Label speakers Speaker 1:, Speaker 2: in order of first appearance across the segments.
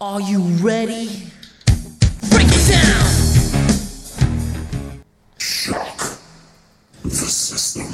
Speaker 1: Are you ready? Break it down!
Speaker 2: Shock the system.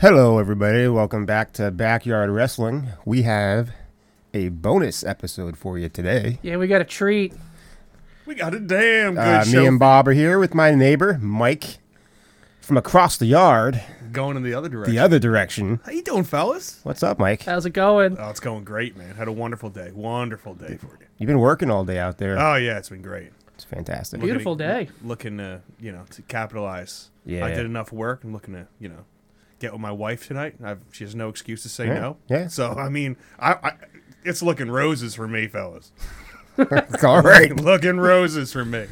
Speaker 3: Hello, everybody. Welcome back to Backyard Wrestling. We have a bonus episode for you today.
Speaker 4: Yeah, we got a treat.
Speaker 5: We got a damn good
Speaker 3: Uh,
Speaker 5: show
Speaker 3: me and Bob are here with my neighbor, Mike, from across the yard,
Speaker 5: going in the other direction.
Speaker 3: the other direction.
Speaker 5: How you doing, fellas?
Speaker 3: What's up, Mike?
Speaker 4: How's it going?
Speaker 5: Oh, it's going great, man. Had a wonderful day. Wonderful day for you.
Speaker 3: You've been working all day out there.
Speaker 5: Oh yeah, it's been great.
Speaker 3: it's fantastic.
Speaker 4: Beautiful.
Speaker 5: Looking
Speaker 4: day.
Speaker 5: Looking to you know to capitalize.
Speaker 3: Yeah.
Speaker 5: I did enough work. I'm looking to you know get with my wife tonight. I've, she has no excuse to say
Speaker 3: Yeah,
Speaker 5: no.
Speaker 3: yeah.
Speaker 5: So I mean, I, I it's looking roses for me, fellas.
Speaker 3: all right.
Speaker 5: looking roses for me.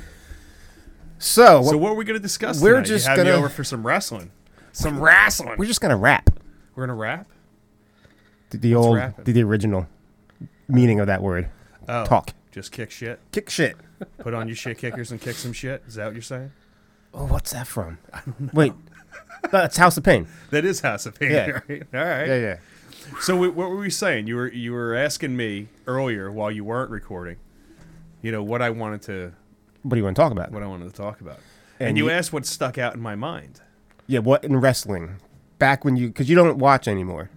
Speaker 3: So,
Speaker 5: so what are we gonna discuss?
Speaker 3: we're
Speaker 5: tonight?
Speaker 3: just
Speaker 5: you had me
Speaker 3: gonna-
Speaker 5: over for some wrestling. Some wrestling.
Speaker 3: we're just going to wrap
Speaker 5: We're gonna rap.
Speaker 3: the, the old,
Speaker 5: wrap it.
Speaker 3: the, the original meaning of that word.
Speaker 5: Oh,
Speaker 3: Talk.
Speaker 5: Just kick shit.
Speaker 3: Kick shit.
Speaker 5: Put on your shit kickers and kick some shit. Is that what you're saying?
Speaker 3: Oh, what's that from? Wait, that's House of Pain.
Speaker 5: That is House of Pain.
Speaker 3: Yeah.
Speaker 5: Right? All right.
Speaker 3: Yeah, yeah.
Speaker 5: So we, what were we saying? You were you were asking me earlier while you weren't recording. You know what I wanted to
Speaker 3: What do you want to talk about?
Speaker 5: what I wanted to talk about,
Speaker 3: And
Speaker 5: and, you,
Speaker 3: you-
Speaker 5: asked what stuck out in my mind.
Speaker 3: Yeah, what in wrestling? Back when you, because you don't watch anymore,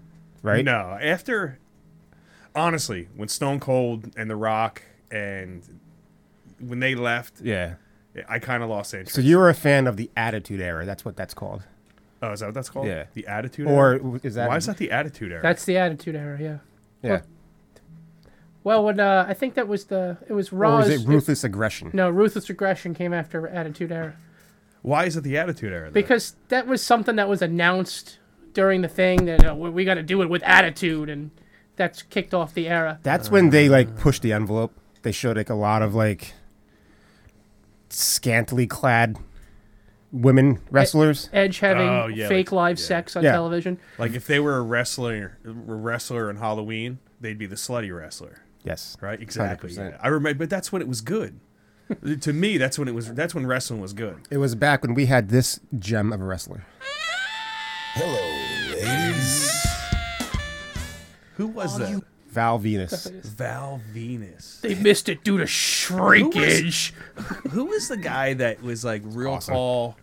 Speaker 3: right?
Speaker 5: No, after honestly, when Stone Cold and The Rock and when they left,
Speaker 3: Yeah.
Speaker 5: I kind of lost interest.
Speaker 3: So you were a fan of the Attitude Era. That's what that's called.
Speaker 5: oh, is that what that's called?
Speaker 3: Yeah.
Speaker 5: the Attitude.
Speaker 3: Or
Speaker 5: Era?
Speaker 3: is that-
Speaker 5: why is that the Attitude Era?
Speaker 4: That's the attitude era, yeah.
Speaker 3: Yeah.
Speaker 4: Well, when uh, I think that was the it was Raw.
Speaker 3: Or was
Speaker 4: is-
Speaker 3: it Ruthless Aggression?
Speaker 4: no, ruthless regression came after attitude era
Speaker 5: why is it the Attitude Era? though?
Speaker 4: because that was something that was announced during the thing that uh, we, we got to do it with attitude, and that's kicked off the era.
Speaker 3: That's when they
Speaker 5: Uh.
Speaker 3: like pushed the envelope. They showed like a lot of like scantily clad women wrestlers.
Speaker 4: Edge having
Speaker 5: Oh, yeah,
Speaker 4: fake
Speaker 5: like-
Speaker 4: live sex on
Speaker 3: Yeah.
Speaker 4: television.
Speaker 5: like if they were a wrestler, a wrestler in Halloween, they'd be the slutty wrestler.
Speaker 3: yes.
Speaker 5: Right, exactly.
Speaker 3: 100%.
Speaker 5: yeah. I remember, but that's when it was good. to me, that's when it was. That's when wrestling was good.
Speaker 3: It was back when we had this gem of a wrestler.
Speaker 2: Hello, ladies.
Speaker 5: Who was that?
Speaker 3: Val Venus.
Speaker 5: Val Venus.
Speaker 4: They missed it due to shrinkage.
Speaker 5: Who was the guy that was like real
Speaker 3: Awesome.
Speaker 5: tall,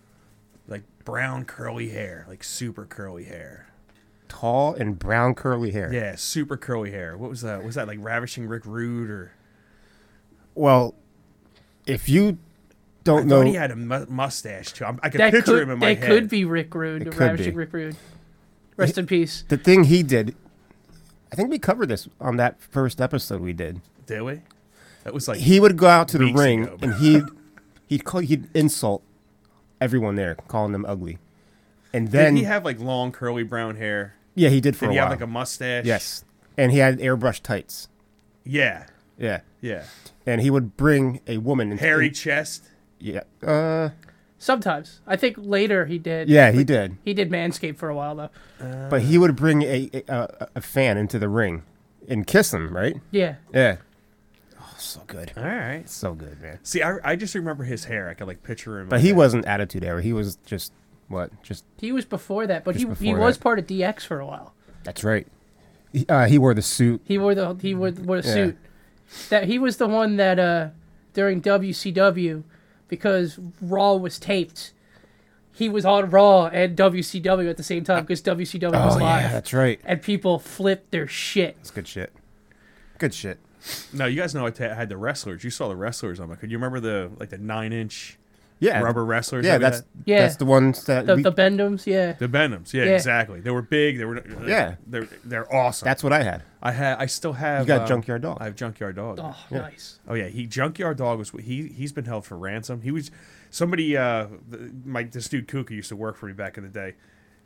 Speaker 5: like brown curly hair, like super curly hair?
Speaker 3: Tall and brown curly hair.
Speaker 5: Yeah, super curly hair. What was that? Was that like Ravishing Rick Rude or?
Speaker 3: Well, if you
Speaker 5: I
Speaker 3: don't know
Speaker 5: thought he had a mu- mustache too. I'm, I could
Speaker 4: That
Speaker 5: picture
Speaker 4: could
Speaker 5: him in my
Speaker 4: that
Speaker 5: head.
Speaker 4: could be Rick Rude,
Speaker 3: It
Speaker 4: the
Speaker 3: could
Speaker 4: ravishing
Speaker 3: be.
Speaker 4: Rick Rude. Rest in peace.
Speaker 3: the thing he did, I think we covered this on that first episode we did.
Speaker 5: Did we? That was like
Speaker 3: he would go out to the
Speaker 5: Weeks
Speaker 3: ring
Speaker 5: ago.
Speaker 3: and he'd he'd call he'd insult everyone there, calling them ugly. And
Speaker 5: Did
Speaker 3: then
Speaker 5: he have like long curly brown hair?
Speaker 3: yeah, he did for
Speaker 5: Did
Speaker 3: a
Speaker 5: he
Speaker 3: while.
Speaker 5: have like a mustache?
Speaker 3: yes, and he had airbrush tights.
Speaker 5: Yeah.
Speaker 3: Yeah,
Speaker 5: Yeah.
Speaker 3: and he would bring a woman. in-
Speaker 5: Hairy
Speaker 3: in-
Speaker 5: chest.
Speaker 3: yeah, uh,
Speaker 4: Sometimes I think later he did.
Speaker 3: yeah, he did.
Speaker 4: He did Manscaped for a while though.
Speaker 3: But he would bring a a, a a fan into the ring and kiss him. Right?
Speaker 4: Yeah.
Speaker 3: Yeah. Oh, so good.
Speaker 5: All right.
Speaker 3: So good, man.
Speaker 5: See, I, I just remember his hair. I could like picture him.
Speaker 3: But
Speaker 5: like
Speaker 3: he
Speaker 5: that.
Speaker 3: wasn't attitude era. He was just what? Just
Speaker 4: He was before that, but he,
Speaker 3: Just
Speaker 4: he
Speaker 3: before
Speaker 4: was
Speaker 3: that.
Speaker 4: part of DX for a while.
Speaker 3: that's right. He, uh, he wore the suit.
Speaker 4: He wore the he wore, wore a suit. That he was the one that uh during WCW because Raw was taped. He was on Raw and WCW at the same time because WCW was
Speaker 3: Oh
Speaker 4: live.
Speaker 3: yeah, that's right.
Speaker 4: And people flipped their shit.
Speaker 3: That's good shit. Good shit.
Speaker 5: No, you guys know I ta- had the wrestlers. You saw the wrestlers on my. Could you remember the like the nine inch
Speaker 3: Yeah,
Speaker 5: rubber wrestlers?
Speaker 3: Yeah,
Speaker 5: that we
Speaker 3: that's
Speaker 5: had?
Speaker 4: Yeah.
Speaker 3: that's the ones that
Speaker 4: The,
Speaker 3: we,
Speaker 4: the Bendems, yeah.
Speaker 5: the Benhams. Yeah,
Speaker 4: Yeah.
Speaker 5: exactly. They were big. They were.
Speaker 3: Yeah.
Speaker 5: They're they're awesome.
Speaker 3: that's what I had.
Speaker 5: I had. I still have. uh,
Speaker 3: got Junkyard Dog.
Speaker 5: I have junkyard dog.
Speaker 4: Oh, nice.
Speaker 5: Oh yeah, he junkyard dog was he he's been held for ransom. He was somebody uh th- my this dude Kuka used to work for me back in the day.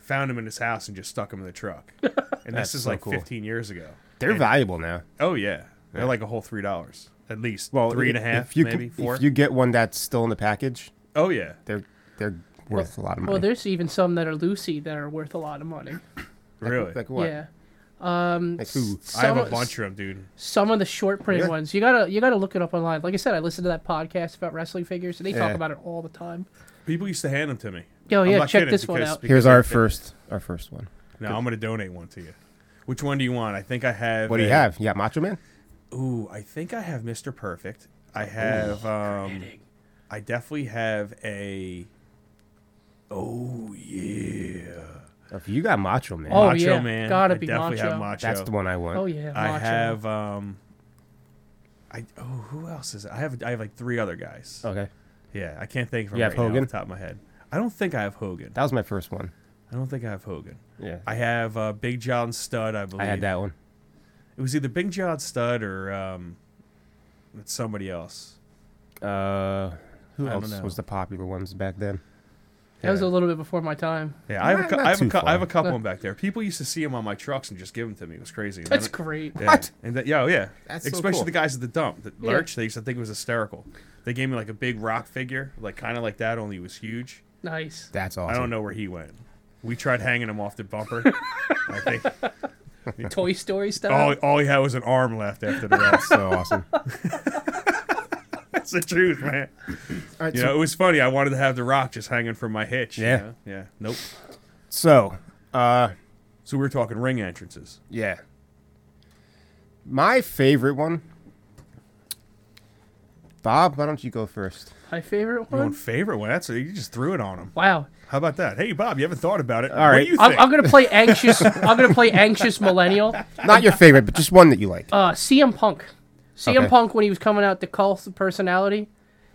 Speaker 5: Found him in his house and just stuck him in the truck. And this
Speaker 3: That's
Speaker 5: is
Speaker 3: so
Speaker 5: like
Speaker 3: cool.
Speaker 5: 15 years ago.
Speaker 3: They're
Speaker 5: And-
Speaker 3: valuable now.
Speaker 5: Oh yeah, they're like a whole three dollars at least.
Speaker 3: Well,
Speaker 5: three and a
Speaker 3: if-
Speaker 5: half,
Speaker 3: if you
Speaker 5: maybe
Speaker 3: can-
Speaker 5: four.
Speaker 3: If you get one that's still in the package,
Speaker 5: Oh yeah.
Speaker 3: They're they're worth a lot of money.
Speaker 4: Well, there's even some that are loosey that are worth a lot of money.
Speaker 3: like,
Speaker 5: Really.
Speaker 3: Like what?
Speaker 4: Yeah.
Speaker 3: Like who?
Speaker 5: I have a
Speaker 4: Some-
Speaker 5: bunch of them, dude.
Speaker 4: some of the short print
Speaker 3: Yeah.
Speaker 4: ones. You gotta you gotta look it up online. Like I said, I listen to that podcast about wrestling figures, and they
Speaker 3: Yeah.
Speaker 4: talk about it all the time.
Speaker 5: People used to hand them to me.
Speaker 4: Yo,
Speaker 5: I'm
Speaker 4: yeah,
Speaker 5: not
Speaker 4: check
Speaker 5: kidding,
Speaker 4: this one out.
Speaker 3: Here's our
Speaker 5: I think-
Speaker 3: first our first one.
Speaker 5: Now I'm gonna donate one to you. Which one do you want? I think I have.
Speaker 3: What do you
Speaker 5: a-
Speaker 3: have? You got Macho Man?
Speaker 5: Ooh, I think I have Mr. Perfect. I have. um I definitely have a. Oh yeah.
Speaker 3: If you got Macho Man,
Speaker 4: Oh,
Speaker 5: Macho
Speaker 4: yeah.
Speaker 5: Man.
Speaker 4: Gotta
Speaker 5: I
Speaker 4: be
Speaker 5: definitely have
Speaker 4: Macho.
Speaker 5: Macho.
Speaker 3: that's the one I want.
Speaker 4: Oh yeah,
Speaker 5: I
Speaker 4: Macho.
Speaker 5: have. um I oh who else is it? I have I have like three other guys.
Speaker 3: Okay,
Speaker 5: Yeah, I can't think of
Speaker 3: Oh.
Speaker 5: them
Speaker 3: You
Speaker 5: right
Speaker 3: have
Speaker 5: now off
Speaker 3: Hogan?
Speaker 5: the top of my head. I don't think I have Hogan.
Speaker 3: that was my first one.
Speaker 5: I don't think I have Hogan.
Speaker 3: Yeah,
Speaker 5: I have uh, Big John Stud. I believe
Speaker 3: I had that one.
Speaker 5: It was either Big John Stud or um, it's somebody else.
Speaker 3: Uh, who
Speaker 5: I don't
Speaker 3: else
Speaker 5: know.
Speaker 3: was the popular ones back then?
Speaker 4: That was
Speaker 5: Yeah.
Speaker 4: a little bit before my time.
Speaker 5: Yeah, I have a,
Speaker 3: Not-
Speaker 5: cou-
Speaker 3: not
Speaker 5: I have a,
Speaker 3: too
Speaker 5: cou- I have
Speaker 3: far.
Speaker 5: a couple of them back there. People used to see them on my trucks and just give them to me. It was crazy. And
Speaker 4: That's
Speaker 5: then-
Speaker 4: great.
Speaker 5: yeah.
Speaker 3: What?
Speaker 5: And that, yeah, oh, yeah.
Speaker 3: That's so
Speaker 5: Especially
Speaker 3: cool.
Speaker 5: the guys at the dump. The
Speaker 4: Yeah.
Speaker 5: Lurch, they used to think it was hysterical. They gave me like a big rock figure, like kind of like that, only it was huge.
Speaker 4: Nice.
Speaker 3: That's awesome.
Speaker 5: I don't know where he went. We tried hanging him off the bumper. I think
Speaker 4: Toy Story style.
Speaker 5: all, all he had was an arm left after the rest.
Speaker 3: So awesome. All
Speaker 5: That's the truth, man.
Speaker 3: right,
Speaker 5: You
Speaker 3: so,
Speaker 5: know, it was funny. I wanted to have the rock just hanging from my hitch. you
Speaker 3: Yeah.
Speaker 5: know? Yeah. Nope.
Speaker 3: so, uh,
Speaker 5: So we were talking ring entrances.
Speaker 3: yeah. My favorite one. Bob, why don't you go first?
Speaker 5: Oh,
Speaker 4: My favorite
Speaker 5: Your own
Speaker 4: one.
Speaker 5: favorite one. That's you just threw it on him.
Speaker 4: Wow.
Speaker 5: How about that? Hey, Bob, you haven't thought about it. All What
Speaker 3: right.
Speaker 5: do you
Speaker 4: I'm,
Speaker 5: think?
Speaker 4: I'm gonna play anxious. I'm gonna play anxious millennial.
Speaker 3: Not your favorite, but just one that you like.
Speaker 4: Uh, CM Punk. CM
Speaker 3: Okay.
Speaker 4: Punk when he was coming out, the cult of personality.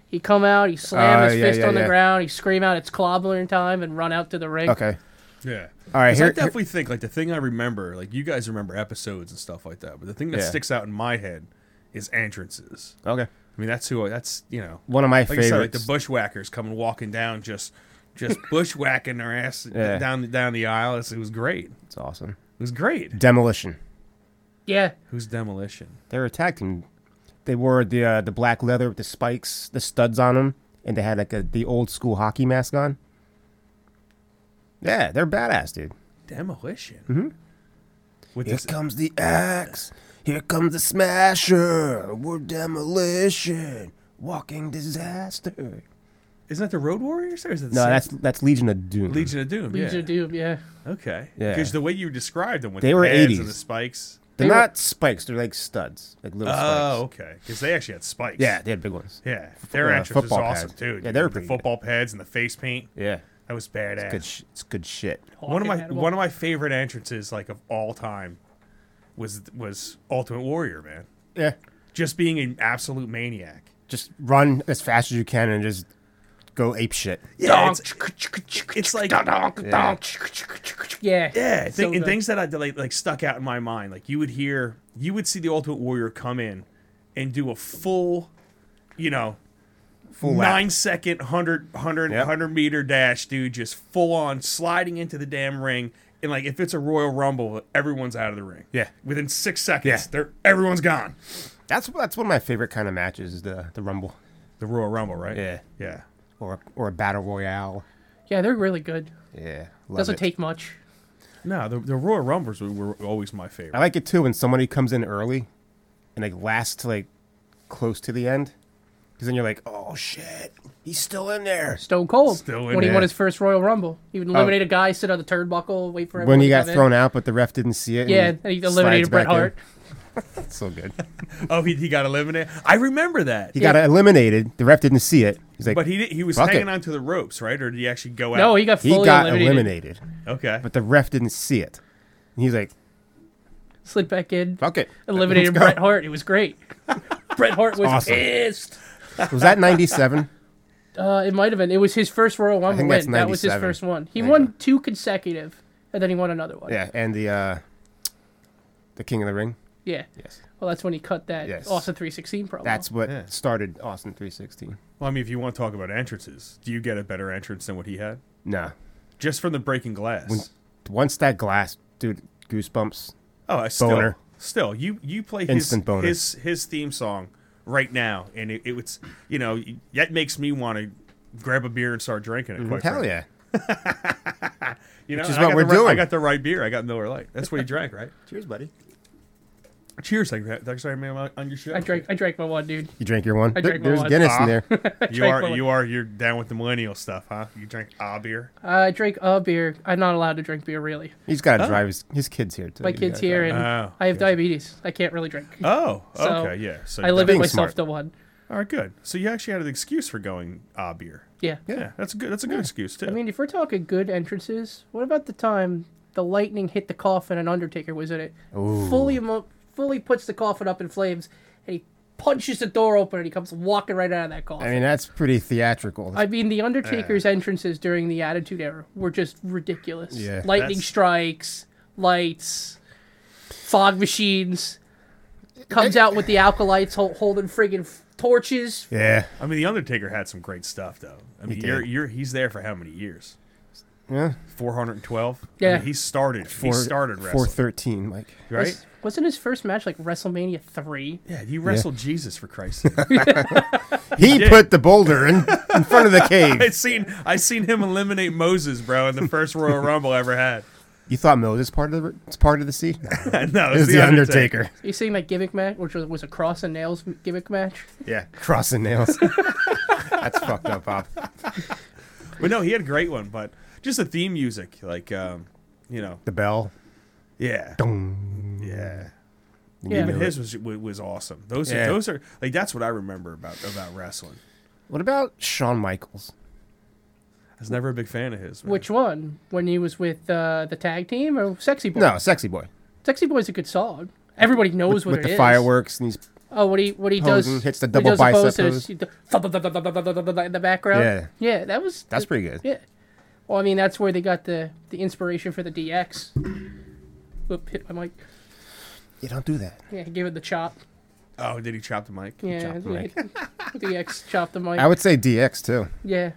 Speaker 4: He come out, he slam
Speaker 5: Oh,
Speaker 3: Uh,
Speaker 4: his
Speaker 3: yeah,
Speaker 4: fist
Speaker 3: yeah,
Speaker 4: on the
Speaker 3: yeah.
Speaker 4: ground, he scream out, "It's clobbering time!" and run out to the ring.
Speaker 3: Okay.
Speaker 5: yeah.
Speaker 3: All right,
Speaker 5: 'Cause I
Speaker 3: here-
Speaker 5: definitely think like the thing I remember, like you guys remember episodes and stuff like that, but the thing that
Speaker 3: Yeah.
Speaker 5: sticks out in my head is entrances.
Speaker 3: Okay.
Speaker 5: I mean, that's who. I, that's you know,
Speaker 3: One of my
Speaker 5: like I said, like
Speaker 3: favorites.
Speaker 5: the bushwhackers coming walking down, just just bushwhacking their ass
Speaker 3: Yeah.
Speaker 5: down down the aisle. It's, it was great. It
Speaker 3: it's awesome.
Speaker 5: was great.
Speaker 3: Demolition.
Speaker 4: Yeah.
Speaker 5: Who's demolition?
Speaker 3: They were attacking. They wore the uh, the black leather with the spikes, the studs on them, and they had like a, the old school hockey mask on. Yeah, they're badass, dude.
Speaker 5: Demolition. Mm-hmm. With this,
Speaker 3: comes the axe. Here comes the smasher. We're demolition. Walking disaster.
Speaker 5: isn't that the Road Warriors or is it the
Speaker 3: No,
Speaker 5: same-
Speaker 3: that's that's Legion of Doom.
Speaker 5: Legion of Doom?
Speaker 4: Legion
Speaker 5: yeah.
Speaker 4: of Doom. Yeah.
Speaker 5: Okay.
Speaker 3: Yeah.
Speaker 5: Because the way you described them with
Speaker 3: They
Speaker 5: the
Speaker 3: were
Speaker 5: pads
Speaker 3: 80s.
Speaker 5: and the spikes.
Speaker 3: They're
Speaker 4: They were-
Speaker 3: not spikes. They're like studs, like little
Speaker 5: Oh,
Speaker 3: spikes.
Speaker 5: okay. Because they actually had spikes.
Speaker 3: Yeah, they had big ones.
Speaker 5: Yeah. Their
Speaker 3: uh,
Speaker 5: entrance was
Speaker 3: football
Speaker 5: awesome,
Speaker 3: pads.
Speaker 5: too.
Speaker 3: Yeah, they were
Speaker 5: the
Speaker 3: pretty
Speaker 5: football pads and the face paint.
Speaker 3: Yeah,
Speaker 5: That was badass.
Speaker 3: good. Sh- it's good shit.
Speaker 5: one of my
Speaker 4: Hawking Hannibal.
Speaker 5: one of my favorite entrances, like of all time, was was Ultimate Warrior, man.
Speaker 3: Yeah,
Speaker 5: Just being an absolute maniac.
Speaker 3: just run as fast as you can and just go ape shit.
Speaker 5: Yeah, it's, it's like
Speaker 3: Yeah.
Speaker 4: Yeah.
Speaker 5: Yeah, thi-
Speaker 4: So
Speaker 5: and
Speaker 4: good.
Speaker 5: things that I that, like, like stuck out in my mind. Like you would hear, you would see the Ultimate Warrior come in and do a full, you know,
Speaker 3: Full lap.
Speaker 5: nine second, hundred, hundred, hundred 100, 100,
Speaker 3: Yep.
Speaker 5: 100 meter dash, dude, just full on sliding into the damn ring. And like if it's a Royal Rumble, everyone's out of the ring.
Speaker 3: Yeah.
Speaker 5: within six seconds,
Speaker 3: Yeah.
Speaker 5: they're everyone's gone.
Speaker 3: That's that's one of my favorite kind of matches is the the rumble
Speaker 5: The Royal Rumble, right?
Speaker 3: Yeah.
Speaker 5: yeah.
Speaker 3: or or a battle royale.
Speaker 4: Yeah, they're really good.
Speaker 3: Yeah, love
Speaker 4: Doesn't
Speaker 3: it.
Speaker 4: take much.
Speaker 5: No, the, the Royal Rumbles were, were always my favorite.
Speaker 3: I like it too when somebody comes in early and like lasts to like close to the end, because then you're like, oh shit, he's still in there.
Speaker 4: Stone Cold.
Speaker 5: Still in Oh.
Speaker 4: when he
Speaker 3: there.
Speaker 4: won his first Royal Rumble, he would eliminate a guy, sit on the turnbuckle, wait for everyone
Speaker 3: When he
Speaker 4: to
Speaker 3: got
Speaker 4: come in.
Speaker 3: thrown out, but the ref didn't see it.
Speaker 4: Yeah, and he eliminated
Speaker 3: slides
Speaker 4: Bret
Speaker 3: back in.
Speaker 4: Hart.
Speaker 3: So good.
Speaker 5: oh, he, he got eliminated. I remember that.
Speaker 3: He got eliminated. The ref didn't see it. He's like,
Speaker 5: But he did, he was
Speaker 3: Fuck
Speaker 5: hanging
Speaker 3: it.
Speaker 5: onto the ropes, right? Or did he actually go out?
Speaker 4: No, he got
Speaker 3: he
Speaker 4: fully
Speaker 3: got eliminated.
Speaker 4: eliminated.
Speaker 5: okay.
Speaker 3: but the ref didn't see it. And he's like,
Speaker 4: Slid back in,
Speaker 3: fuck it.
Speaker 4: eliminated
Speaker 3: Let's go.
Speaker 4: Bret Hart. It was great. Bret Hart was
Speaker 3: awesome.
Speaker 4: pissed.
Speaker 3: Was that 97?
Speaker 4: Uh, it might have been. It was his first Royal Rumble
Speaker 3: think
Speaker 4: win.
Speaker 3: that's
Speaker 4: That was his
Speaker 3: 97.
Speaker 4: first one. He
Speaker 3: There you
Speaker 4: won
Speaker 3: go.
Speaker 4: two consecutive, and then he won another one.
Speaker 3: yeah, and the uh, the King of the Ring.
Speaker 4: Yeah.
Speaker 3: Yes.
Speaker 4: Well, that's when he cut that
Speaker 3: Yes.
Speaker 4: Austin 316 promo.
Speaker 3: That's what
Speaker 5: Yeah.
Speaker 3: started Austin 316.
Speaker 5: Well, I mean, if you want to talk about entrances, do you get a better entrance than what he had?
Speaker 3: Nah.
Speaker 5: Just from the breaking glass.
Speaker 3: Once that glass, dude, goosebumps.
Speaker 5: oh, I still,
Speaker 3: Boner.
Speaker 5: Still, you you play
Speaker 3: Instant
Speaker 5: his
Speaker 3: boner.
Speaker 5: his his theme song right now, and it, it was you know that makes me want to grab a beer and start drinking it. Quite
Speaker 3: Mm-hmm. Hell
Speaker 5: frankly.
Speaker 3: yeah.
Speaker 5: You know,
Speaker 3: Which is
Speaker 5: and I
Speaker 3: what
Speaker 5: got
Speaker 3: we're
Speaker 5: the right- I
Speaker 3: doing.
Speaker 5: got the right beer. I got Miller Lite. That's what he drank, right?
Speaker 3: Cheers, buddy.
Speaker 5: Cheers, thank you. Thanks for having me on- on your show.
Speaker 4: I drank I drank my one, dude.
Speaker 3: You drank your one.
Speaker 4: I drank my
Speaker 3: There's
Speaker 4: one. Ah.
Speaker 3: Guinness in there.
Speaker 5: You are
Speaker 4: Miller.
Speaker 5: you are you're down with the millennial stuff, huh? You drink ah beer.
Speaker 4: I drank a beer. I'm not allowed to drink beer really.
Speaker 3: He's got to drive his, his kids here. Too.
Speaker 4: My kids here and
Speaker 5: Oh,
Speaker 4: I have diabetes. I can't really drink.
Speaker 5: Oh,
Speaker 4: So,
Speaker 5: okay, yeah. So
Speaker 4: I limit
Speaker 3: being
Speaker 4: myself
Speaker 3: smart.
Speaker 4: to one.
Speaker 5: All right, good. So you actually had an excuse for going ah beer.
Speaker 4: Yeah.
Speaker 5: Yeah, that's a good. That's a good excuse too.
Speaker 4: I mean, if we're talking good entrances, what about the time the lightning hit the coffin and Undertaker was in it? Fully, emo- fully puts the coffin up in flames, and he punches the door open and he comes walking right out of that coffin.
Speaker 3: I mean, that's pretty theatrical.
Speaker 4: I mean, the Undertaker's entrances during the Attitude Era were just ridiculous.
Speaker 3: Yeah.
Speaker 4: Lightning
Speaker 5: That's-
Speaker 4: strikes, lights, fog machines. Comes out with the alkalites hol- holding friggin' f- torches.
Speaker 3: yeah.
Speaker 5: I mean, the Undertaker had some great stuff though. I mean,
Speaker 3: did.
Speaker 5: you're you're he's there for how many years?
Speaker 3: Yeah.
Speaker 5: Four hundred and twelve. I
Speaker 4: Yeah.
Speaker 5: mean, he started.
Speaker 3: Four-
Speaker 5: he started
Speaker 3: Four
Speaker 5: wrestling.
Speaker 3: thirteen. Like
Speaker 5: right?
Speaker 4: Was- Wasn't his first match like WrestleMania three?
Speaker 5: yeah, he wrestled Jesus for Christ's sake.
Speaker 3: he put the boulder in, in front of the
Speaker 5: I
Speaker 3: cave.
Speaker 5: seen I seen him eliminate Moses, bro, in the first Royal Rumble I ever had.
Speaker 3: You thought Moses part of the it's part of the sea?
Speaker 5: no,
Speaker 3: It was the Undertaker.
Speaker 4: Are you saying that gimmick match, which was, was a cross and nails m- gimmick match?
Speaker 3: Yeah, crossing nails. that's fucked up, Bob.
Speaker 5: But no, he had a great one. But just the theme music, like, um, you know,
Speaker 3: The bell.
Speaker 5: yeah,
Speaker 3: Dong.
Speaker 5: yeah.
Speaker 4: Yeah.
Speaker 5: Even his was wa- was awesome. Those
Speaker 3: Yeah.
Speaker 5: are, those are like that's what I remember about about wrestling.
Speaker 3: What about Shawn Michaels?
Speaker 5: I was never a big fan of his. man.
Speaker 4: Which one? When he was with uh, the tag team or Sexy Boy?
Speaker 3: No, Sexy Boy.
Speaker 4: Sexy Boy's a good song. Everybody knows what
Speaker 3: With
Speaker 4: it
Speaker 3: the
Speaker 4: is.
Speaker 3: fireworks and he's
Speaker 4: Oh, what he what he
Speaker 3: Posing,
Speaker 4: does?
Speaker 3: hits the
Speaker 4: what he
Speaker 3: double
Speaker 4: does the
Speaker 3: bicep
Speaker 4: pose, so
Speaker 3: pose.
Speaker 4: it's the thud, thud, thud, thud, thud, thud, thud, thud in the background.
Speaker 3: Yeah.
Speaker 4: yeah, that was
Speaker 3: that's pretty good.
Speaker 4: Yeah. Well, I mean, that's where they got the the inspiration for the DX. Whoop! Hit my mic.
Speaker 3: You don't do that.
Speaker 4: Yeah, he gave it the chop.
Speaker 5: oh, did he chop the mic?
Speaker 4: Yeah,
Speaker 3: chopped the mic.
Speaker 4: DX chopped the mic.
Speaker 3: I would say DX too.
Speaker 4: yeah.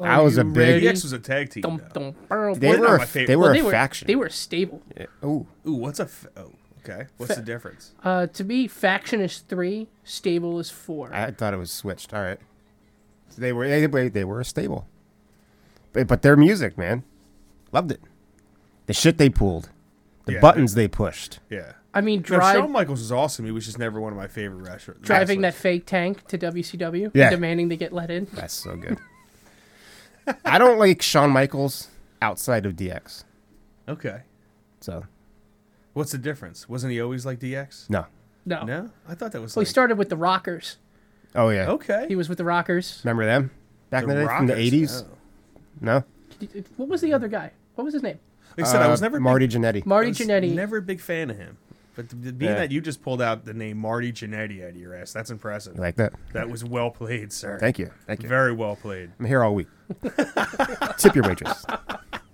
Speaker 3: I was a
Speaker 4: you
Speaker 3: big-
Speaker 4: ready?
Speaker 5: DX was a tag team.
Speaker 4: Dum,
Speaker 5: though.
Speaker 4: dum, burr,
Speaker 3: They
Speaker 4: boy.
Speaker 5: not
Speaker 3: were
Speaker 5: my
Speaker 3: a,
Speaker 5: favorite.
Speaker 3: they were
Speaker 4: Well,
Speaker 3: a
Speaker 4: they
Speaker 3: faction.
Speaker 4: They were a stable.
Speaker 3: Ooh,
Speaker 5: Ooh, what's a f- oh, okay? What's the difference?
Speaker 4: Uh, to me, faction is three, stable is four.
Speaker 3: I thought it was switched. All right. So they were they, they- they were a stable. But, but their music, man. Loved it. The shit they pulled. The
Speaker 5: Yeah.
Speaker 3: buttons they pushed.
Speaker 5: Yeah.
Speaker 4: I mean,
Speaker 5: No,
Speaker 4: drive,
Speaker 5: Shawn Michaels was awesome. He was just never one of my favorite wrestlers.
Speaker 4: driving that fake tank to WCW,
Speaker 3: Yeah.
Speaker 4: demanding they get let in.
Speaker 3: That's so good. I don't like Shawn Michaels outside of DX.
Speaker 5: Okay.
Speaker 3: So
Speaker 5: What's the difference? Wasn't he always like DX?
Speaker 3: no.
Speaker 4: No.
Speaker 5: No, I thought that was.
Speaker 4: Well, he
Speaker 5: like,
Speaker 4: started with the Rockers.
Speaker 3: Oh yeah.
Speaker 5: Okay.
Speaker 4: He was with the Rockers.
Speaker 3: Remember them? Back in the day from the
Speaker 5: Rockers, Oh.
Speaker 3: eighties?
Speaker 5: no.
Speaker 3: No.
Speaker 4: What was the other guy? What was his name?
Speaker 5: Like I said, I was
Speaker 3: Uh,
Speaker 5: never a big-
Speaker 3: Marty Jannetty.
Speaker 5: I
Speaker 4: Marty
Speaker 5: was
Speaker 4: Jannetty.
Speaker 5: Never a big fan of him. But th- th- being
Speaker 3: Yeah.
Speaker 5: that you just pulled out the name Marty Jannetty out of your ass, that's impressive.
Speaker 3: You like that?
Speaker 5: that was well played, sir.
Speaker 3: Thank you. Thank you.
Speaker 5: Very well played.
Speaker 3: I'm here all week. Tip your waitress.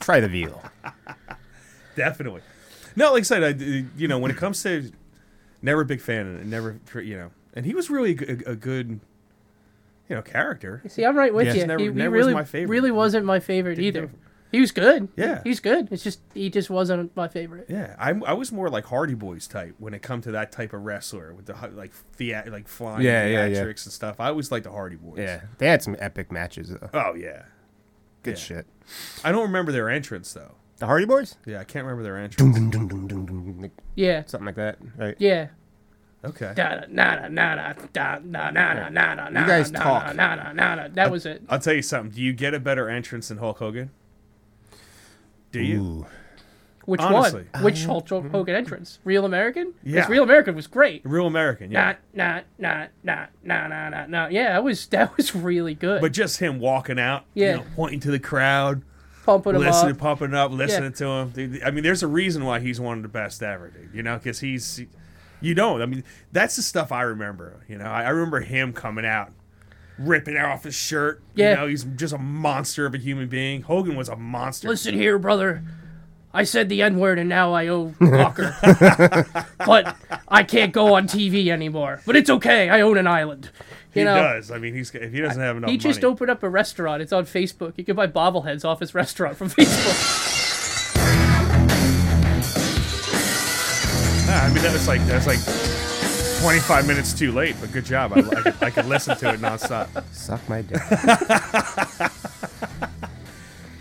Speaker 3: Try the veal.
Speaker 5: Definitely. No, like I said, I, d- you know, when it comes to never a big fan of it, never, tr- you know, and he was really a, g- a good, you know, character.
Speaker 4: See, I'm right with
Speaker 5: Yeah.
Speaker 4: you.
Speaker 5: Never-
Speaker 4: he, he
Speaker 5: never was
Speaker 4: really,
Speaker 5: my favorite.
Speaker 4: really wasn't my favorite
Speaker 5: Didn't
Speaker 4: either.
Speaker 5: know.
Speaker 4: He was good.
Speaker 5: Yeah.
Speaker 4: He's good. It's just, he just wasn't my favorite.
Speaker 5: Yeah, I, I was more like Hardy Boys type when it come to that type of wrestler with the hu- like thea- like flying
Speaker 3: Yeah,
Speaker 5: theatrics
Speaker 3: yeah, yeah.
Speaker 5: and stuff. I always liked the Hardy Boys.
Speaker 3: Yeah. They had some epic matches though.
Speaker 5: Oh yeah.
Speaker 3: Good
Speaker 5: Yeah.
Speaker 3: shit.
Speaker 5: I don't remember their entrance though.
Speaker 3: The Hardy Boys?
Speaker 5: Yeah, I can't remember their entrance.
Speaker 3: Dun, dun, dun, dun, dun, dun, like,
Speaker 4: Yeah.
Speaker 3: Something like that. Right.
Speaker 4: Yeah.
Speaker 5: Okay.
Speaker 4: Da da na da na da da na na na na na na
Speaker 3: guys
Speaker 4: na
Speaker 3: talk.
Speaker 4: na na na na na. That was it.
Speaker 5: I'll tell you something. Do you get a better entrance than Hulk Hogan? Do you?
Speaker 3: Ooh.
Speaker 4: Which
Speaker 5: Honestly. Mm-hmm.
Speaker 4: one? Which Hulk Hogan entrance? Real American? 'Cause
Speaker 5: Yeah.
Speaker 4: Real American was great.
Speaker 5: Real American, yeah.
Speaker 4: Nah, nah, nah, nah, nah, nah, nah, nah. Yeah, that was that was really good.
Speaker 5: But just him walking out, yeah.
Speaker 4: Yeah.
Speaker 5: you know, pointing to the crowd,
Speaker 4: pumping him
Speaker 5: listening,
Speaker 4: up.
Speaker 5: pumping up, listening to him. Dude, I mean, there's a reason why he's one of the best ever, dude. You know, because he's, you know, I mean, that's the stuff I remember. You know, I, I remember him coming out, ripping off his shirt.
Speaker 4: Yeah.
Speaker 5: You know, he's just a monster of a human being. Hogan was a monster.
Speaker 4: Listen here, brother. I said the N word and now I owe Walker. but I can't go on TV anymore. But it's okay. I own an island. You
Speaker 5: he
Speaker 4: know,
Speaker 5: does. I mean, he's if he doesn't have enough
Speaker 4: he just
Speaker 5: money.
Speaker 4: opened up a restaurant. It's on Facebook. You can buy bobbleheads off his restaurant from Facebook.
Speaker 5: Nah, I mean, that was like that's like 25 minutes too late, but good job. I, I, could, I could listen to it nonstop.
Speaker 3: Suck my dick.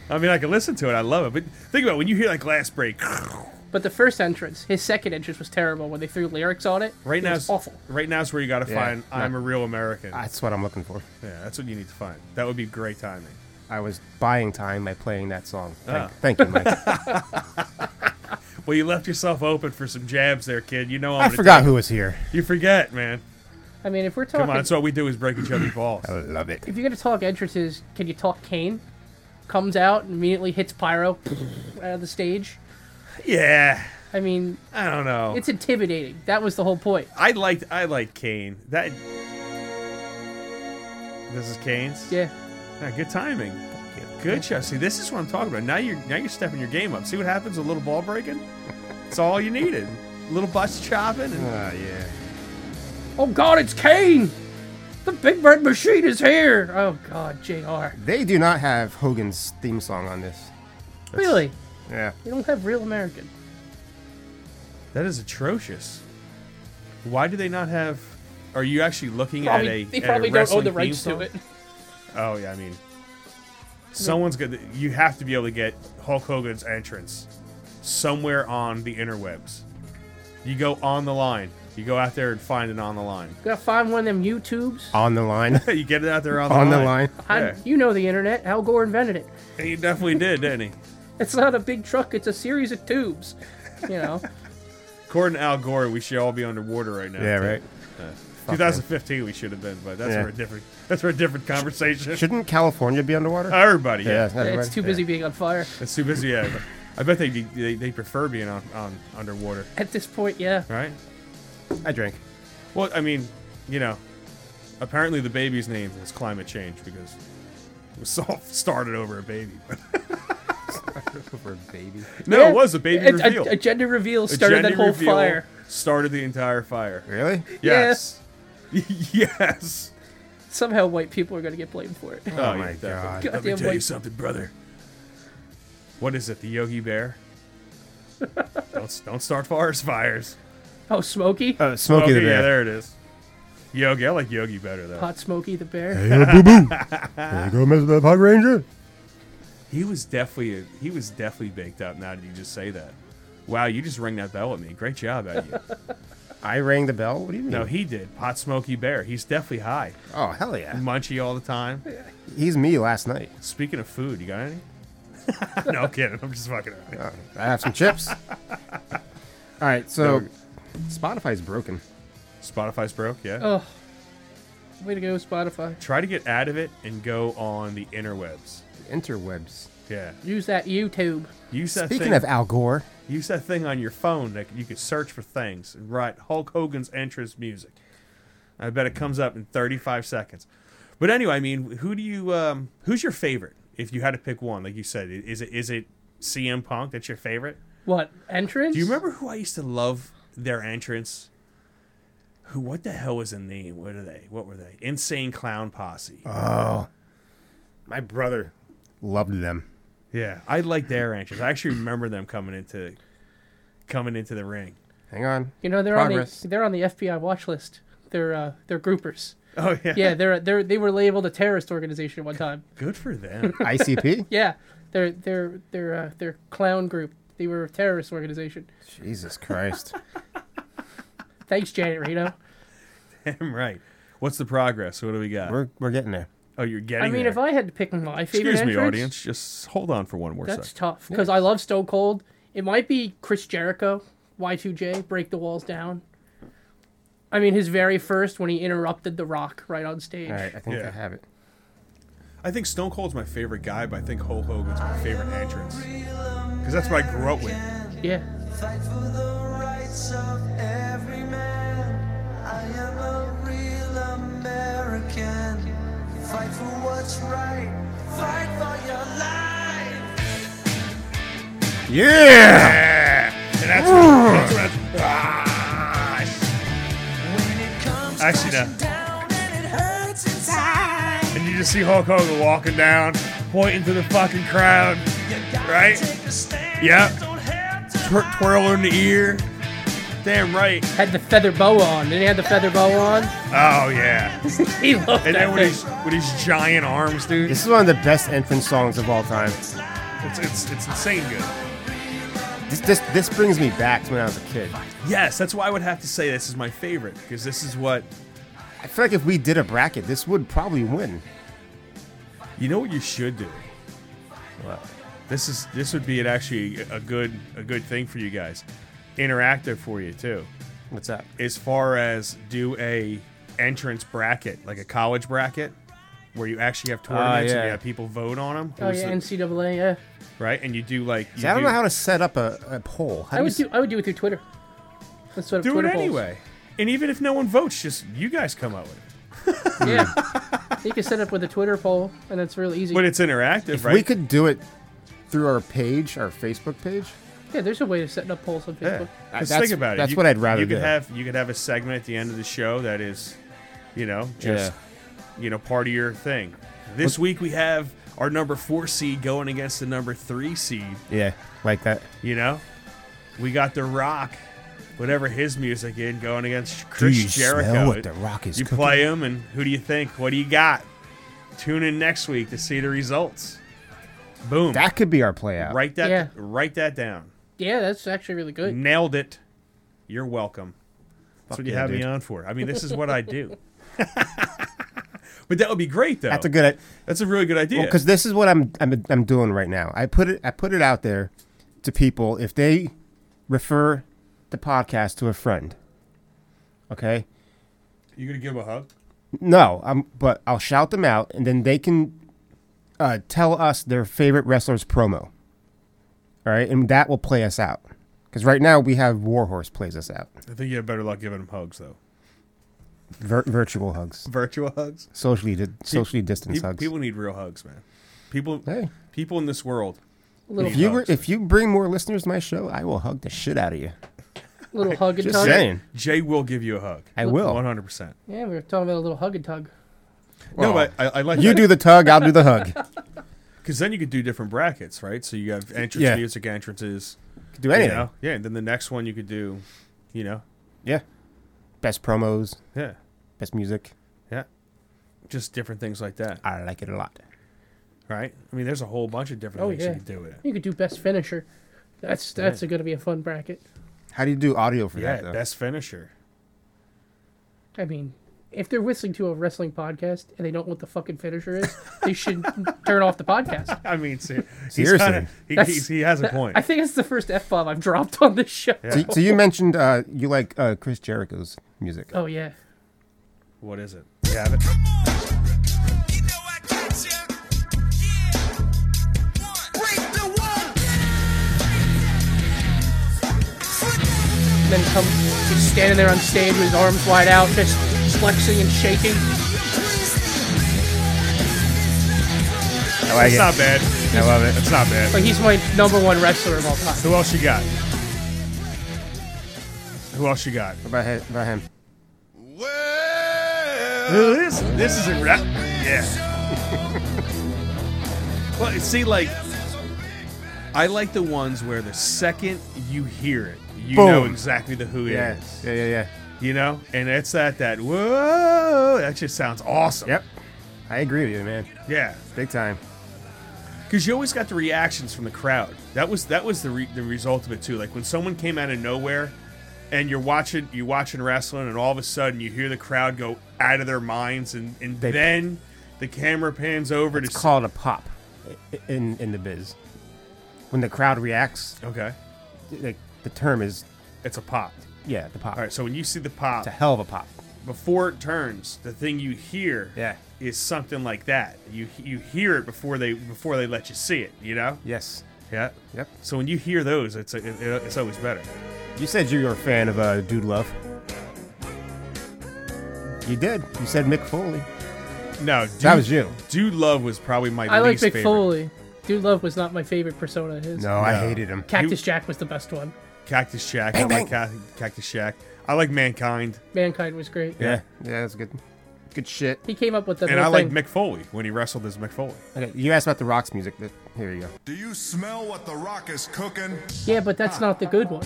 Speaker 5: I mean, I could listen to it. I love it. But think about it, when you hear that glass break.
Speaker 4: But the first entrance, his second entrance was terrible when they threw lyrics on it.
Speaker 5: Right
Speaker 4: it
Speaker 5: now,
Speaker 4: was awful.
Speaker 5: Right now is where you got to
Speaker 3: Yeah.
Speaker 5: find "I'm a Real American."
Speaker 3: That's what I'm looking for.
Speaker 5: yeah, that's what you need to find. That would be great timing.
Speaker 3: I was buying time by playing that song.
Speaker 5: Ah.
Speaker 3: Thank, thank you, Mike.
Speaker 5: Well, you left yourself open for some jabs there, kid. You know I'm
Speaker 3: I
Speaker 5: gonna
Speaker 3: forgot who was here.
Speaker 5: take- You forget, man.
Speaker 4: I mean, if we're talking,
Speaker 5: Come on, that's what we do is break each other's balls.
Speaker 3: I love it.
Speaker 4: if you're gonna talk entrances, can you talk Kane? Comes out and immediately hits Pyro out of the stage.
Speaker 5: Yeah,
Speaker 4: I mean,
Speaker 5: I don't know.
Speaker 4: it's intimidating. That was the whole point.
Speaker 5: I liked I liked Kane. That this is Kane's.
Speaker 4: Yeah,
Speaker 5: Yeah, good timing. Good show. See, this is what I'm talking about. Now you're now you're stepping your game up. See what happens? A little ball breaking. It's all you needed. A little bust chopping. And,
Speaker 3: Ah, yeah.
Speaker 4: Oh God, it's Kane! The Big Red Machine is here! Oh God, Jr.
Speaker 3: They do not have Hogan's theme song on this.
Speaker 4: Really?
Speaker 3: Yeah.
Speaker 4: They don't have real American.
Speaker 5: that is atrocious. Why do they not have? Are you actually looking
Speaker 4: Probably,
Speaker 5: at a?
Speaker 4: they
Speaker 5: at a
Speaker 4: probably don't own
Speaker 5: wrestling
Speaker 4: the
Speaker 5: theme
Speaker 4: rights to
Speaker 5: song?
Speaker 4: it.
Speaker 5: Oh yeah, I mean, someone's gonna. You have to be able to get Hulk Hogan's entrance somewhere on the interwebs. You go on the line. You go out there and find it on the line.
Speaker 4: Gotta find one of them YouTubes.
Speaker 3: On the line.
Speaker 5: you get it out there on the
Speaker 3: On
Speaker 5: line.
Speaker 3: the line.
Speaker 4: I,
Speaker 5: Yeah.
Speaker 4: you know the internet. Al Gore invented it.
Speaker 5: He definitely did, didn't he?
Speaker 4: It's not a big truck. It's a series of tubes. You know.
Speaker 5: According to Al Gore, we should all be underwater right now.
Speaker 3: Yeah,
Speaker 5: too.
Speaker 3: right.
Speaker 5: Yeah. 2015, we should have been, but that's
Speaker 3: Yeah.
Speaker 5: for a different. That's for a different conversation.
Speaker 3: Shouldn't California be underwater?
Speaker 5: Everybody, yeah,
Speaker 3: not
Speaker 4: it's
Speaker 3: right.
Speaker 4: too busy being on fire.
Speaker 5: it's too busy. Yeah, but I bet they, they they prefer being on, on underwater,
Speaker 4: At this point, yeah.
Speaker 5: right?
Speaker 3: I drank.
Speaker 5: Well, I mean, you know, apparently the baby's name is climate change because it was all started over a baby.
Speaker 3: For a baby.
Speaker 5: no,
Speaker 4: Yeah.
Speaker 5: it was a baby
Speaker 4: It's-
Speaker 5: reveal.
Speaker 4: A, a gender reveal started that
Speaker 5: Agenda
Speaker 4: whole
Speaker 5: reveal
Speaker 4: fire.
Speaker 5: Started the entire fire.
Speaker 3: Really?
Speaker 5: Yes. yes.
Speaker 4: Somehow white people are gonna get blamed for it.
Speaker 5: Oh,
Speaker 3: my
Speaker 5: definitely.
Speaker 3: God.
Speaker 5: Let me
Speaker 4: Goddamn
Speaker 5: tell you
Speaker 4: white-
Speaker 5: something, brother. What is it? The Yogi Bear? don't don't start forest fires.
Speaker 4: Oh, Smokey,
Speaker 3: Uh, Smokey the
Speaker 5: Okay, Yeah,
Speaker 3: Bear.
Speaker 5: there it is. Yogi, I like Yogi better though.
Speaker 4: hot Smokey the bear.
Speaker 3: boo boo. There you go, Mr. Hog Ranger.
Speaker 5: He was definitely he was definitely baked up. Now that you just say that, wow, you just rang that bell at me. Great job at you.
Speaker 3: I rang the bell. What do you mean?
Speaker 5: no, he did. Hot Smoky Bear. He's definitely high.
Speaker 3: Oh hell yeah.
Speaker 5: Munchy all the time.
Speaker 3: He's me last night.
Speaker 5: Speaking of food, you got any? no I'm kidding. I'm just fucking. around.
Speaker 3: Uh, I have some chips. All right, so Spotify's broken.
Speaker 5: Spotify's broke. Yeah.
Speaker 4: Oh, way to go, Spotify.
Speaker 5: Try to get out of it and go on the interwebs.
Speaker 3: Interwebs.
Speaker 5: Yeah.
Speaker 4: Use that YouTube.
Speaker 5: Use that
Speaker 3: Speaking
Speaker 5: thing,
Speaker 3: of Al Gore,
Speaker 5: use that thing on your phone that you can search for things and write Hulk Hogan's entrance music. I bet it comes up in 35 seconds. But anyway, I mean, who do you um, who's your favorite if you had to pick one? Like you said, i- is it is it CM Punk that's your favorite?
Speaker 4: What entrance?
Speaker 5: Do you remember who I used to love their entrance? Who what the hell was the name? What are they? What were they? Insane Clown Posse.
Speaker 3: my brother loved them.
Speaker 5: yeah, I like their entrance. I actually remember them coming into coming into the ring.
Speaker 3: Hang on.
Speaker 4: You know they're
Speaker 3: Progress.
Speaker 4: on the they're on the FBI watch list. They're uh, they're groupers.
Speaker 5: Oh yeah.
Speaker 4: Yeah, they're they're they were labeled a terrorist organization at one time.
Speaker 5: Good for them.
Speaker 3: ICP?
Speaker 4: Yeah, they're they're they're uh, they're clown group. They were a terrorist organization.
Speaker 3: Jesus Christ.
Speaker 4: Thanks, Janet Reno.
Speaker 5: Damn right. What's the progress? What do we got?
Speaker 3: We're, we're getting there.
Speaker 5: oh, you're getting.
Speaker 4: I mean,
Speaker 5: there.
Speaker 4: if I had to pick my favorite
Speaker 5: excuse me,
Speaker 4: entrance,
Speaker 5: audience, just hold on for one more
Speaker 4: that's
Speaker 5: second.
Speaker 4: tough because I love Stone Cold. It might be Chris Jericho, Y2J, break the walls down. I mean, his very first when he interrupted The Rock right on stage.
Speaker 3: All right, I think
Speaker 5: Yeah.
Speaker 3: I have it.
Speaker 5: I think Stone Cold's my favorite guy, but I think Hulk Hogan's my favorite entrance because that's what I grew up with.
Speaker 4: Yeah,
Speaker 6: Fight for the rights of every man. I am a real American. Fight for what's right. Fight for your life.
Speaker 3: Yeah!
Speaker 5: And that's, that's what I- ah,
Speaker 6: When it comes
Speaker 5: Actually, no.
Speaker 6: crashing down and it hurts inside.
Speaker 5: and you just see Hulk Hogan walking down, pointing to the fucking crowd,
Speaker 6: You gotta
Speaker 5: Right?
Speaker 6: take a stand.
Speaker 5: Yep.
Speaker 6: Don't have to
Speaker 5: twir- twirling the ear, Damn right.
Speaker 4: Had the feather boa on. Then he had the feather boa on.
Speaker 5: Oh yeah.
Speaker 4: He loved
Speaker 5: And
Speaker 4: that
Speaker 5: then with
Speaker 4: thing.
Speaker 5: his with his giant arms, dude.
Speaker 3: This is one of the best entrance songs of all time.
Speaker 5: It's it's it's insane good.
Speaker 3: This this this brings me back to when I was a kid.
Speaker 5: Yes, that's why I would have to say this is my favorite because this is what
Speaker 3: I feel like if we did a bracket, this would probably win.
Speaker 5: you know what you should do. Well, this is this would be an, actually a good a good thing for you guys, interactive for you too.
Speaker 3: What's that?
Speaker 5: As far as do a entrance bracket like a college bracket where you actually have tournaments and
Speaker 3: Ah, yeah.
Speaker 5: you have people vote on them,
Speaker 4: Oh yeah, NCAA. Yeah,
Speaker 5: right? And you do like you
Speaker 3: See, I don't
Speaker 5: do-
Speaker 3: know how to set up a, a poll. How
Speaker 4: I
Speaker 3: do
Speaker 4: would
Speaker 3: you
Speaker 4: do. I would do it through Twitter. Let's sort of
Speaker 5: do it
Speaker 4: Twitter polls.
Speaker 5: anyway. And even if no one votes, just you guys come up with it.
Speaker 4: Yeah, you can set up with a Twitter poll, and it's real easy.
Speaker 5: But it's interactive,
Speaker 3: s-
Speaker 5: right?
Speaker 3: We could do it through our page, our Facebook page.
Speaker 4: yeah, there's a way of setting up polls on
Speaker 5: Yeah.
Speaker 4: Facebook.
Speaker 5: Because
Speaker 3: That's-
Speaker 5: think about it.
Speaker 3: that's
Speaker 5: You-
Speaker 3: what I'd rather
Speaker 5: You could
Speaker 3: do.
Speaker 5: have you could have a segment at the end of the show that is, you know, just you know, part of your thing. This week we have our number four seed going against the number three seed.
Speaker 3: Yeah, like that.
Speaker 5: You know, we got the Rock, whatever his music in, going against Chris
Speaker 3: you smell
Speaker 5: Jericho.
Speaker 3: what The Rock is
Speaker 5: You
Speaker 3: cooking?
Speaker 5: play him, and who do you think? What do you got? Tune in next week to see the results. Boom!
Speaker 3: That could be our play out.
Speaker 5: write that.
Speaker 4: Yeah.
Speaker 5: Write that down.
Speaker 4: Yeah, that's actually really good.
Speaker 5: Nailed it. You're welcome. That's what you
Speaker 3: yeah,
Speaker 5: have me
Speaker 3: dude.
Speaker 5: on for. I mean, this is what I do. but that would be great, though.
Speaker 3: That's a good.
Speaker 5: That's a really good idea.
Speaker 3: Because this is what I'm, I'm I'm doing right now. I put it I put it out there to people if they refer the podcast to a friend. Okay.
Speaker 5: you gonna give him a hug?
Speaker 3: No, I'm but I'll shout them out and then they can uh, tell us their favorite wrestler's promo. All right, and that will play us out. Because right now we have Warhorse plays us out.
Speaker 5: I think you have better luck giving him hugs, though.
Speaker 3: Vir- virtual hugs,
Speaker 5: Virtual hugs.
Speaker 3: socially di- socially distanced
Speaker 5: People,
Speaker 3: hugs.
Speaker 5: people need real hugs, man. People,
Speaker 3: Hey.
Speaker 5: people in this world.
Speaker 4: Little
Speaker 3: if you were,
Speaker 5: hugs.
Speaker 3: if you bring more listeners to my show, I will hug the shit out of you.
Speaker 4: little hug and
Speaker 3: Just
Speaker 4: tug.
Speaker 3: saying,
Speaker 5: Jay will give you a hug.
Speaker 3: I will.
Speaker 5: One hundred percent.
Speaker 4: Yeah, we were talking about a little hug and tug.
Speaker 5: No,
Speaker 3: Well,
Speaker 5: but I, I like
Speaker 3: You do the tug, I'll do the hug.
Speaker 5: because then you could do different brackets, right? So you have entrance
Speaker 3: Yeah.
Speaker 5: music entrances.
Speaker 3: Do
Speaker 5: You
Speaker 3: anything.
Speaker 5: know? Yeah, and then the next one you could do, you know,
Speaker 3: Yeah. Best promos,
Speaker 5: yeah,
Speaker 3: best music.
Speaker 5: yeah, just different things like that.
Speaker 3: I like it a lot.
Speaker 5: right? I mean, there's a whole bunch of different
Speaker 4: Oh,
Speaker 5: things
Speaker 4: yeah.
Speaker 5: you can do with it.
Speaker 4: You could do best finisher. That's that's going to be a fun bracket.
Speaker 3: How do you do audio for
Speaker 5: Yeah,
Speaker 3: that? Though?
Speaker 5: best finisher.
Speaker 4: I mean, if they're listening to a wrestling podcast and they don't know what the fucking finisher is, they should turn off the podcast.
Speaker 5: I mean, ser-
Speaker 3: Seriously.
Speaker 5: he,
Speaker 4: That's-
Speaker 5: he's, he has a point.
Speaker 4: I think it's the first f bomb I've dropped on this show.
Speaker 3: So, so you mentioned uh, you like uh, Chris Jericho's music.
Speaker 4: Oh yeah,
Speaker 5: what is it? You have it.
Speaker 4: and then come he's standing there on stage with his arms wide out, just flexing and shaking.
Speaker 5: I like it's not bad. I love it. It's not bad.
Speaker 4: Like he's my number one wrestler of all time.
Speaker 5: Who else you got? Who else you got?
Speaker 3: What about, he- about him?
Speaker 5: Who is this? Is a rap? Yeah. well, see, like, I like the ones where the second you hear it, you
Speaker 3: Boom.
Speaker 5: know exactly the who it is.
Speaker 3: Yeah, yeah, yeah.
Speaker 5: You know, and it's that that whoa. That just sounds awesome.
Speaker 3: Yep. I agree with you, man.
Speaker 5: Yeah.
Speaker 3: Big time.
Speaker 5: because you always got the reactions from the crowd. That was that was the re- the result of it too. Like when someone came out of nowhere, and you're watching you watching wrestling, and all of a sudden you hear the crowd go out of their minds, and and
Speaker 3: They-
Speaker 5: then the camera pans over to
Speaker 3: It's called a pop i- in in the biz. When the crowd reacts,
Speaker 5: see, okay,
Speaker 3: like the term is
Speaker 5: it's a pop.
Speaker 3: yeah, the pop.
Speaker 5: All right, so when you see the pop
Speaker 3: It's a hell of a pop.
Speaker 5: before it turns, the thing you hear
Speaker 3: Yeah.
Speaker 5: is something like that. You you hear it before they before they let you see it. You know,
Speaker 3: Yes.
Speaker 5: yeah.
Speaker 3: Yep.
Speaker 5: So when you hear those, it's a, it, it's always better.
Speaker 3: You said you were a fan of uh, Dude Love. You did. You said Mick Foley.
Speaker 5: No, dude,
Speaker 3: That was you.
Speaker 5: Dude Love was probably my
Speaker 4: I like
Speaker 5: least
Speaker 4: Mick
Speaker 5: favorite.
Speaker 4: Foley. Dude Love was not my favorite persona of his.
Speaker 3: No, I hated him.
Speaker 4: Cactus Jack was the best one.
Speaker 5: Cactus Shack. I like Cac- Cactus Shack. I like Mankind.
Speaker 4: Mankind was great.
Speaker 3: Yeah. Yeah, that's good. Good shit.
Speaker 4: He came up with that.
Speaker 5: And I
Speaker 4: whole
Speaker 5: like
Speaker 4: thing.
Speaker 5: Mick Foley when he wrestled as Mick Foley.
Speaker 3: Okay, you asked about the Rock's music. But here you go.
Speaker 2: Do you smell what the rock is cooking?
Speaker 4: Yeah, but that's not the good one.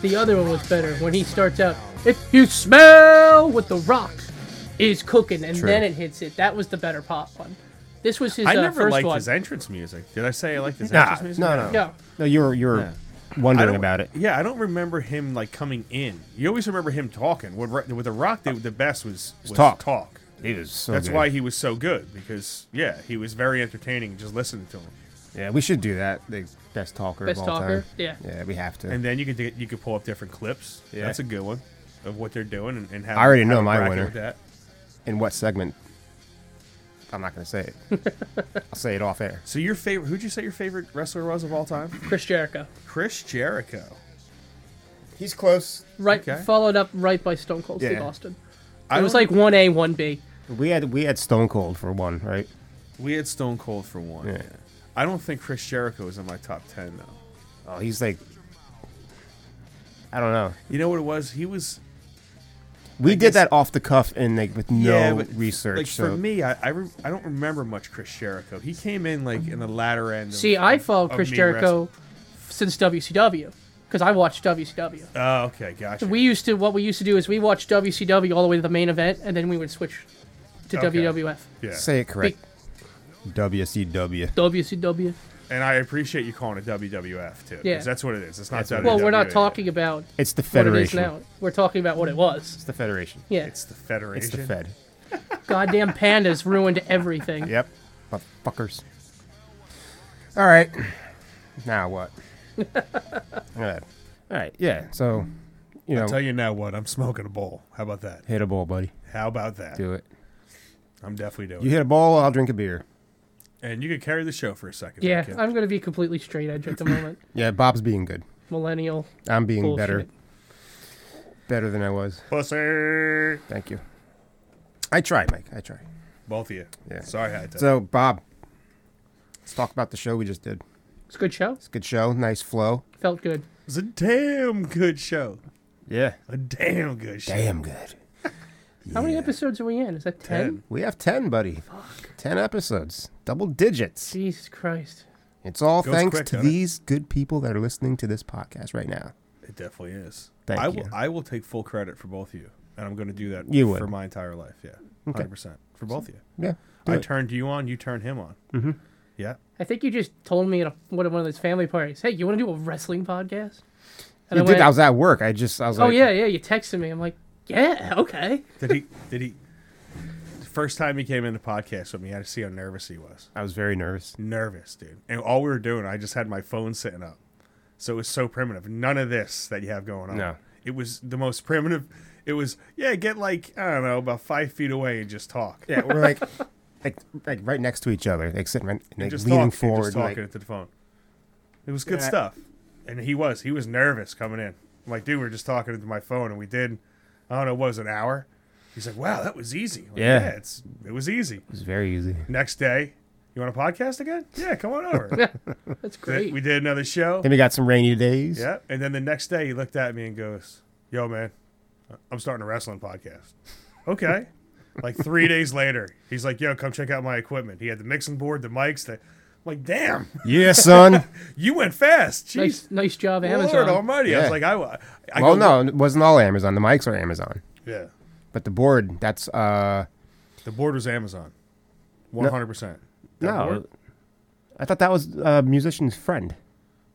Speaker 4: The other one was better when he starts out. If you smell what the rock is cooking, and
Speaker 7: True.
Speaker 4: then it hits it. That was the better pop one. This was his
Speaker 5: I
Speaker 4: uh,
Speaker 5: never
Speaker 4: first
Speaker 5: liked
Speaker 4: one.
Speaker 5: his entrance music. Did I say I liked his
Speaker 3: Nah,
Speaker 5: entrance music?
Speaker 3: no, no,
Speaker 4: yeah,
Speaker 3: no. You're you're
Speaker 7: Yeah.
Speaker 5: I
Speaker 3: wondering
Speaker 5: don't-
Speaker 3: about it.
Speaker 5: Yeah, I don't remember him like coming in. You always remember him talking. With, Ro- with the Rock, they, the best was, was
Speaker 3: talk.
Speaker 5: Talk.
Speaker 3: It is so
Speaker 5: That's
Speaker 3: good.
Speaker 5: why he was so good because yeah, he was very entertaining just listening to him.
Speaker 3: Yeah, we should do that. The best talker
Speaker 4: Best
Speaker 3: of all
Speaker 4: talker,
Speaker 3: time.
Speaker 4: yeah.
Speaker 3: Yeah, we have to.
Speaker 5: And then you could do- you could pull up different clips.
Speaker 3: Yeah.
Speaker 5: That's a good one of what they're doing and, and have.
Speaker 3: I already
Speaker 5: have
Speaker 3: know
Speaker 5: a
Speaker 3: my
Speaker 5: bracket
Speaker 3: winner.
Speaker 5: With that.
Speaker 3: In what segment? I'm not gonna say it. I'll say it off air.
Speaker 5: So your favorite? Who'd you say your favorite wrestler was of all time?
Speaker 4: Chris Jericho.
Speaker 5: Chris Jericho.
Speaker 3: He's close.
Speaker 4: Right,
Speaker 5: Okay.
Speaker 4: followed up right by Stone Cold Steve
Speaker 3: Yeah.
Speaker 4: Austin.
Speaker 5: I
Speaker 4: it was
Speaker 5: don't-
Speaker 4: like one A, one B.
Speaker 3: We had we had Stone Cold for one, right?
Speaker 5: we had Stone Cold for one.
Speaker 3: Yeah.
Speaker 5: I don't think Chris Jericho is in my top ten though.
Speaker 3: Oh, he's like, I don't know.
Speaker 5: You know what it was? He was
Speaker 3: We
Speaker 5: I
Speaker 3: did
Speaker 5: guess-
Speaker 3: that off the cuff and like with no
Speaker 5: yeah, but,
Speaker 3: research.
Speaker 5: Like
Speaker 3: so
Speaker 5: for me, I I, re- I don't remember much Chris Jericho. He came in like in the latter end. Of,
Speaker 4: See, I followed
Speaker 5: of
Speaker 4: Chris
Speaker 5: me
Speaker 4: Jericho since WCW because I watched WCW.
Speaker 5: wrestling. Oh, okay, gotcha.
Speaker 4: We used to what we used to do is we watched WCW all the way to the main event, and then we would switch to
Speaker 5: Okay.
Speaker 4: WWF.
Speaker 5: yeah.
Speaker 3: say it
Speaker 4: Be-
Speaker 3: correct. WCW.
Speaker 4: WCW.
Speaker 5: And I appreciate you calling it WWF too.
Speaker 4: Yeah.
Speaker 5: Yeah. That's what it is. It's not
Speaker 3: That's what it
Speaker 5: WWE.
Speaker 3: is.
Speaker 4: Well, we're not talking about
Speaker 3: It's the
Speaker 4: what it is
Speaker 3: Federation.
Speaker 4: now. We're talking about what it was.
Speaker 3: It's the Federation.
Speaker 4: Yeah.
Speaker 5: It's the Federation.
Speaker 3: It's the Fed.
Speaker 4: Goddamn pandas ruined everything.
Speaker 3: Yep. Fuckers. All right. Now what? All right. All right. Yeah. So, you know,
Speaker 5: I'll tell you now what, I'm smoking a bowl. How about that?
Speaker 3: hit a bowl, buddy.
Speaker 5: How about that?
Speaker 3: Do it.
Speaker 5: I'm definitely doing
Speaker 3: You hit a bowl, I'll drink a beer.
Speaker 5: it. And you could carry the show for a second.
Speaker 4: Yeah,
Speaker 5: Lincoln.
Speaker 4: I'm gonna be completely straight edge at the moment.
Speaker 3: Yeah, Bob's being good.
Speaker 4: Millennial.
Speaker 3: I'm being better.
Speaker 4: Bullshit.
Speaker 3: Better than I was.
Speaker 5: Pussy.
Speaker 3: Thank you. I try, Mike. I try.
Speaker 5: Both of you.
Speaker 3: Yeah.
Speaker 5: Sorry I had to.
Speaker 3: So, Bob, let's talk about the show we just did.
Speaker 4: It's a good show.
Speaker 3: It's a good show. Nice flow.
Speaker 4: Felt good.
Speaker 5: it was a damn good show.
Speaker 3: Yeah.
Speaker 5: A damn good show.
Speaker 3: Damn good.
Speaker 4: How many episodes are we in? Is that 10?
Speaker 3: We have 10, buddy. 10 episodes. Double digits.
Speaker 4: Jesus Christ.
Speaker 3: It's all
Speaker 5: Goes
Speaker 3: thanks
Speaker 5: quick,
Speaker 3: to
Speaker 5: doesn't it?
Speaker 3: these good people that are listening to this podcast right now.
Speaker 5: It definitely is.
Speaker 3: Thank
Speaker 5: I
Speaker 3: you.
Speaker 5: will I will take full credit for both of you. And I'm gonna do that
Speaker 3: You
Speaker 5: for
Speaker 3: would.
Speaker 5: my entire life. Yeah.
Speaker 3: Okay.
Speaker 5: Hundred percent. For both of you.
Speaker 3: Yeah. do
Speaker 5: I
Speaker 3: it.
Speaker 5: turned you on, you turned him on. Mm-hmm. Yeah.
Speaker 4: I think you just told me at a, one of one of those family parties, hey, you want to do a wrestling podcast? And
Speaker 3: You did- I was at work. I just, I was
Speaker 4: oh,
Speaker 3: like,
Speaker 4: yeah, yeah. You texted me. I'm like, yeah, okay.
Speaker 5: Did he? Did he? The first time he came in the podcast with me, I had to see how nervous he was.
Speaker 3: I was very nervous.
Speaker 5: Nervous, dude. And all we were doing, I just had my phone sitting up, so it was so primitive. None of this that you have going on.
Speaker 3: No.
Speaker 5: it was the most primitive. It was yeah, get like I don't know, about five feet away and just talk.
Speaker 3: Yeah, we're like, like, like right next to each other, like sitting right, like
Speaker 5: just
Speaker 3: leaning
Speaker 5: talk,
Speaker 3: forward.
Speaker 5: just
Speaker 3: like-
Speaker 5: talking into the phone. It was good
Speaker 3: Yeah.
Speaker 5: stuff, and he was he was nervous coming in. I'm like, dude, we are just talking into my phone, and we did. I don't know, what was it, an hour? He's like, wow, that was easy. Like,
Speaker 3: Yeah.
Speaker 5: it's it was easy.
Speaker 3: it was very easy.
Speaker 5: Next day, you want a podcast again? Yeah, come on over.
Speaker 4: That's great.
Speaker 5: we did another show.
Speaker 3: Then we got some rainy days.
Speaker 5: Yeah. And then the next day, he looked at me and goes, Yo, man, I'm starting a wrestling podcast. Okay. like three days later, he's like, Yo, come check out my equipment. He had the mixing board, the mics. The... I'm like, Damn,
Speaker 3: Yeah, son.
Speaker 5: you went fast. Jeez.
Speaker 4: nice, nice job, Amazon.
Speaker 5: Lord almighty. I
Speaker 3: Yeah.
Speaker 5: was like, I, wa- I
Speaker 3: well,
Speaker 5: go-
Speaker 3: no, it wasn't all Amazon. The mics are Amazon,
Speaker 5: Yeah.
Speaker 3: but the board, that's uh,
Speaker 5: The board was Amazon. 100%. That
Speaker 3: no.
Speaker 5: board?
Speaker 3: I thought that was a musician's friend.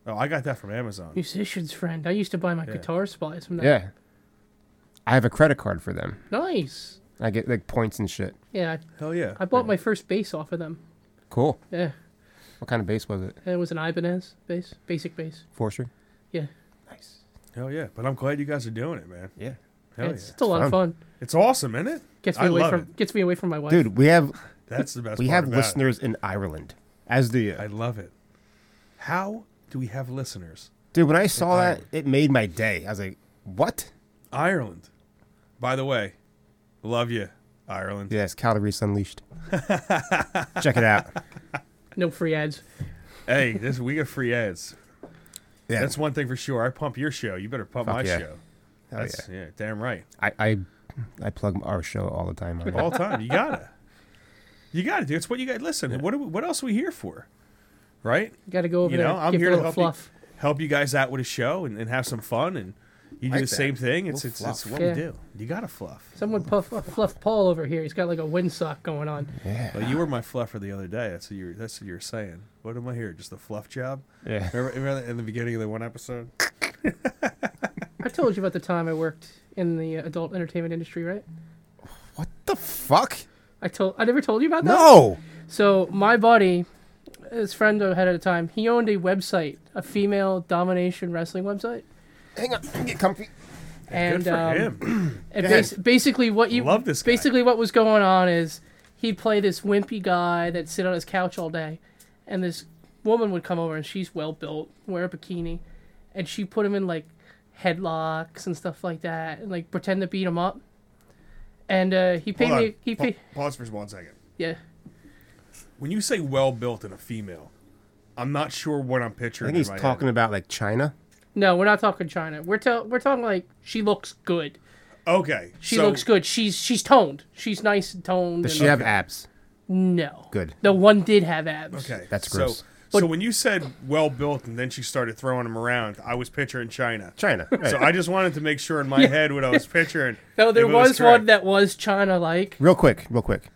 Speaker 5: Oh, I got that from Amazon.
Speaker 4: Musician's friend. I used to buy my guitar supplies from that.
Speaker 3: Yeah, I have a credit card for them.
Speaker 4: Nice.
Speaker 3: I get like points and shit.
Speaker 4: Yeah,
Speaker 5: Hell yeah.
Speaker 4: I, I bought my first bass off of them.
Speaker 3: Cool.
Speaker 4: Yeah,
Speaker 3: What kind of bass was it?
Speaker 4: it was an Ibanez bass, basic bass.
Speaker 3: Four string.
Speaker 4: Yeah,
Speaker 3: Nice.
Speaker 5: Hell yeah. But I'm glad you guys are doing it, man.
Speaker 3: Yeah.
Speaker 5: Hell
Speaker 4: it's,
Speaker 5: Oh, yeah.
Speaker 4: it's a lot of fun.
Speaker 5: It's awesome, isn't it?
Speaker 4: Gets me
Speaker 5: I
Speaker 4: away
Speaker 5: love
Speaker 4: from
Speaker 5: it.
Speaker 4: gets me away from my wife.
Speaker 3: Dude, we have
Speaker 5: That's the best.
Speaker 3: we
Speaker 5: part
Speaker 3: have
Speaker 5: about it.
Speaker 3: listeners in Ireland. As do you.
Speaker 5: I love it. How do we have listeners?
Speaker 3: Dude, when I saw that,
Speaker 5: Ireland.
Speaker 3: it made my day. I was like, what?
Speaker 5: Ireland. By the way, love you, Ireland.
Speaker 3: Yes, Calgary's Unleashed. Check it out.
Speaker 4: no free ads.
Speaker 5: Hey, this we get free ads.
Speaker 3: Yeah.
Speaker 5: That's one thing for sure. I pump your show. You better pump
Speaker 3: Fuck
Speaker 5: my
Speaker 3: yeah.
Speaker 5: show.
Speaker 3: Hell
Speaker 5: That's yeah. damn right.
Speaker 3: Oh, I, I I plug our show all the time. on
Speaker 5: All
Speaker 3: it.
Speaker 5: the time. You gotta. You gotta do. It's what you guys listen. What do we, what else are we here for? Right?
Speaker 4: Got to go over
Speaker 5: You
Speaker 4: there.
Speaker 5: know, I'm
Speaker 4: give it
Speaker 5: here
Speaker 4: a
Speaker 5: to
Speaker 4: little
Speaker 5: help
Speaker 4: fluff.
Speaker 5: you help you guys out with a show and, and have some fun and You
Speaker 2: like
Speaker 5: do the
Speaker 2: that.
Speaker 5: same thing. It's
Speaker 2: Little
Speaker 5: it's, it's
Speaker 2: fluff.
Speaker 5: what
Speaker 4: Yeah.
Speaker 5: we do. You gotta fluff.
Speaker 4: Someone puff, fluff Paul over here. He's got like a windsock going on.
Speaker 5: Well, you were my fluffer the other day. That's what you were, that's what you were saying. What am I here? Just a fluff job?
Speaker 3: Yeah.
Speaker 5: Remember, remember in the beginning of the one episode?
Speaker 4: I told you about the time I worked in the adult entertainment industry, right?
Speaker 3: What the fuck?
Speaker 4: I told I never told you about that.
Speaker 3: No.
Speaker 4: So my buddy, his friend I had at the time, he owned a website, a female domination wrestling website,
Speaker 3: Hang on. Get comfy.
Speaker 4: and
Speaker 5: Good for
Speaker 4: um,
Speaker 5: him.
Speaker 4: And
Speaker 3: Go ahead.
Speaker 4: bas- basically, what you
Speaker 5: Love this guy.
Speaker 4: Basically, what was going on is he'd play this wimpy guy that would sit on his couch all day, and this woman would come over, and she's well built, wear a bikini, and she put him in like headlocks and stuff like that, and like pretend to beat him up. And uh, he paid
Speaker 5: Hold
Speaker 4: me.
Speaker 5: on.
Speaker 4: He
Speaker 5: Pa-
Speaker 4: paid.
Speaker 5: pause for one second.
Speaker 4: Yeah.
Speaker 5: When you say well built in a female, I'm not sure what I'm
Speaker 3: I
Speaker 5: picturing.
Speaker 3: think he's
Speaker 5: in my
Speaker 3: talking about like China.
Speaker 4: No, we're not talking China. We're tell we're talking like she looks good.
Speaker 5: Head. Okay.
Speaker 4: She
Speaker 5: so
Speaker 4: looks good. She's she's toned. She's nice and toned.
Speaker 3: Does
Speaker 4: and-
Speaker 3: she have abs?
Speaker 4: no?
Speaker 3: Good.
Speaker 4: The one did have abs.
Speaker 5: Okay.
Speaker 3: That's
Speaker 5: so,
Speaker 3: gross.
Speaker 5: So when you said well built and then she started throwing him around, I was picturing China.
Speaker 3: China. Right.
Speaker 5: So I just wanted to make sure in my head what I was picturing.
Speaker 4: No, there
Speaker 5: if it
Speaker 4: was,
Speaker 5: correct.
Speaker 4: one that was China like.
Speaker 3: real quick. Real quick.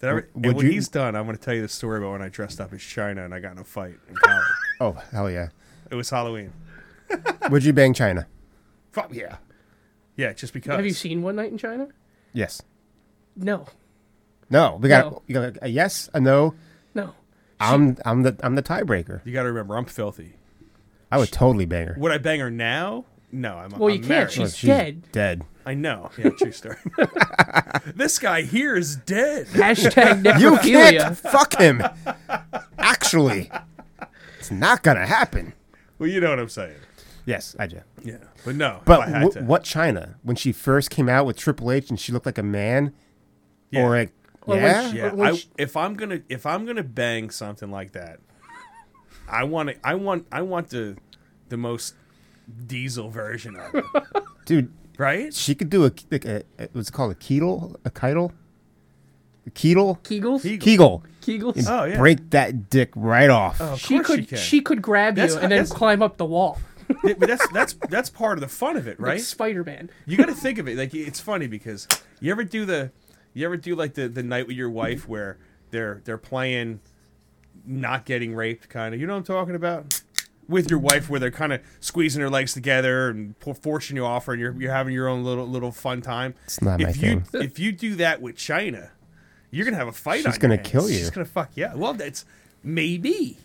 Speaker 5: Did I ever-
Speaker 3: Would
Speaker 5: and when
Speaker 3: you-
Speaker 5: he's done, I'm going to tell you the story about when I dressed up as China and I got in a fight in college.
Speaker 3: Oh hell yeah.
Speaker 5: it was Halloween.
Speaker 3: Would you bang China?
Speaker 5: Fuck yeah. Yeah, just because.
Speaker 4: Have you seen One Night in China?
Speaker 3: Yes.
Speaker 4: No,
Speaker 3: No. We got.
Speaker 4: No.
Speaker 3: You got a yes. A no.
Speaker 4: no.
Speaker 3: I'm. I'm the. I'm the tiebreaker.
Speaker 5: You got to remember, I'm filthy.
Speaker 3: I would totally bang her. Oh,
Speaker 5: Would I bang her now? No, I'm.
Speaker 4: Well,
Speaker 5: I'm
Speaker 4: you can't.
Speaker 5: married.
Speaker 4: She's-
Speaker 3: She's
Speaker 4: dead.
Speaker 3: Dead.
Speaker 5: I know. Yeah, true story. this guy here is dead.
Speaker 4: Hashtag
Speaker 3: You can't
Speaker 4: necrophilia.
Speaker 3: fuck him. Actually, it's not gonna happen.
Speaker 5: Well, you know what I'm saying.
Speaker 3: Yes, I do.
Speaker 5: Yeah, but no. if I
Speaker 3: But
Speaker 5: had
Speaker 3: wh-
Speaker 5: to-
Speaker 3: what China? When she first came out with Triple H and she looked like a man,
Speaker 5: Yeah.
Speaker 3: or like
Speaker 4: when
Speaker 3: yeah,
Speaker 4: she-
Speaker 5: Yeah,
Speaker 4: Which-
Speaker 5: I, if I'm gonna if I'm gonna bang something like that, I want to I want I want the the most diesel version of it,
Speaker 3: dude,
Speaker 5: right?
Speaker 3: she could do a, like a, a- what's it called a kegel, a kegel, a kegel,
Speaker 4: Kegels.
Speaker 3: kegel.
Speaker 4: Kegels.
Speaker 5: Oh yeah, Oh.
Speaker 3: Break that dick right off.
Speaker 5: Of
Speaker 4: she
Speaker 5: course
Speaker 4: could. She,
Speaker 5: can.
Speaker 4: could grab
Speaker 5: That's-
Speaker 4: you and then
Speaker 5: that's-
Speaker 4: climb up the wall,
Speaker 5: Yeah, but that's that's that's part of the fun of it,
Speaker 4: like
Speaker 5: right?
Speaker 4: Spider Man.
Speaker 5: You got to think of it like it's funny because you ever do the you ever do like the the night with your wife where they're they're playing not getting raped kind of you know what I'm talking about with your wife where they're kind of squeezing their legs together and po- forcing you off and you're you're having your own little little fun time. It's
Speaker 3: not
Speaker 5: if
Speaker 3: my
Speaker 5: you,
Speaker 3: thing.
Speaker 5: If you do that with China, you're gonna have a fight.
Speaker 3: She's
Speaker 5: on your
Speaker 3: gonna
Speaker 5: hands.
Speaker 3: kill
Speaker 5: She's
Speaker 3: you.
Speaker 5: gonna fuck yeah. Well, that's maybe.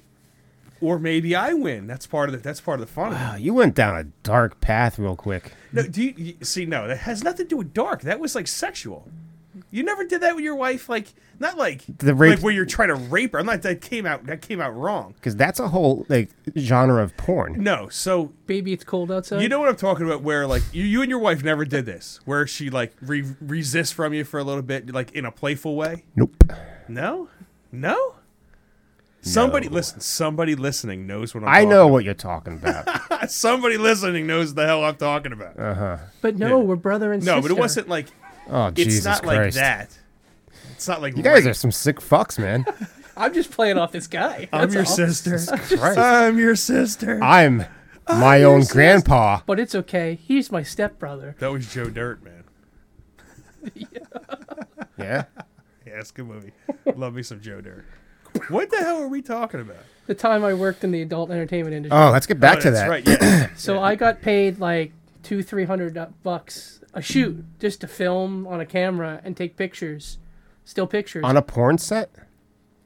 Speaker 5: Or maybe I win. That's part of the. That's part of the fun. of it.
Speaker 3: Wow, you went down a dark path real quick.
Speaker 5: No, do you, you see? No, that has nothing to do with dark. That was like sexual. You never did that with your wife, like not like
Speaker 3: The rape-
Speaker 5: like where you're trying to rape her. I'm not. That came out. That came out wrong.
Speaker 3: Because that's a whole like genre of porn.
Speaker 5: No, so
Speaker 4: Baby, it's cold outside.
Speaker 5: you know what I'm talking about. Where like you, you and your wife never did this, where she like re- resists from you for a little bit, like in a playful way.
Speaker 3: Nope.
Speaker 5: No, no. Somebody listen. Somebody listening knows what I'm.
Speaker 3: I
Speaker 5: talking
Speaker 3: know what you're talking about.
Speaker 5: About. Somebody listening knows the hell I'm talking about.
Speaker 3: Uh,
Speaker 4: but no,
Speaker 5: yeah.
Speaker 4: we're brother and
Speaker 5: no,
Speaker 4: sister.
Speaker 5: but it wasn't like.
Speaker 3: Oh
Speaker 5: It's
Speaker 3: Jesus
Speaker 5: not
Speaker 3: Christ!
Speaker 5: like that. It's not like
Speaker 3: You guys are some sick fucks, man.
Speaker 4: I'm just playing off this guy.
Speaker 5: I'm
Speaker 4: That's
Speaker 5: your
Speaker 4: all.
Speaker 5: sister.
Speaker 3: Christ.
Speaker 5: I'm your sister.
Speaker 3: I'm
Speaker 5: Oh,
Speaker 3: my own grandpa.
Speaker 4: But it's okay. He's my stepbrother.
Speaker 5: That was Joe Dirt, man.
Speaker 3: Yeah.
Speaker 5: Yeah, it's a good movie. Love me some Joe Dirt. What the hell are we talking about?
Speaker 4: The time I worked in the adult entertainment industry.
Speaker 3: Oh, let's get back to
Speaker 5: that's
Speaker 3: that.
Speaker 5: right. Yeah.
Speaker 4: So I got paid like two, three hundred bucks a shoot just to film on a camera and take pictures, still pictures.
Speaker 3: On a porn set?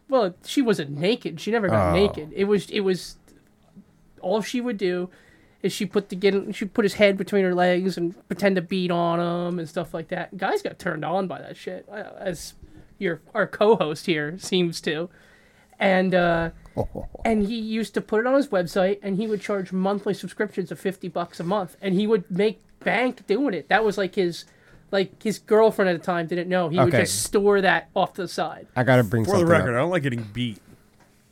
Speaker 4: well, she wasn't naked. She never got
Speaker 3: Oh.
Speaker 4: naked. It was, it was, all she would do is she put the get, she put his head between her legs and pretend to beat on him and stuff like that. Guys got turned on by that shit, uh, as your our co-host here seems to, and. uh and he used to put it on his website and he would charge monthly subscriptions of 50 bucks a month and he would make bank doing it that was like his like his girlfriend at the time didn't know he would
Speaker 3: Okay.
Speaker 4: just store that off to the side
Speaker 3: I gotta bring
Speaker 5: For the
Speaker 3: something
Speaker 5: record, I
Speaker 3: up.
Speaker 5: don't like getting beat.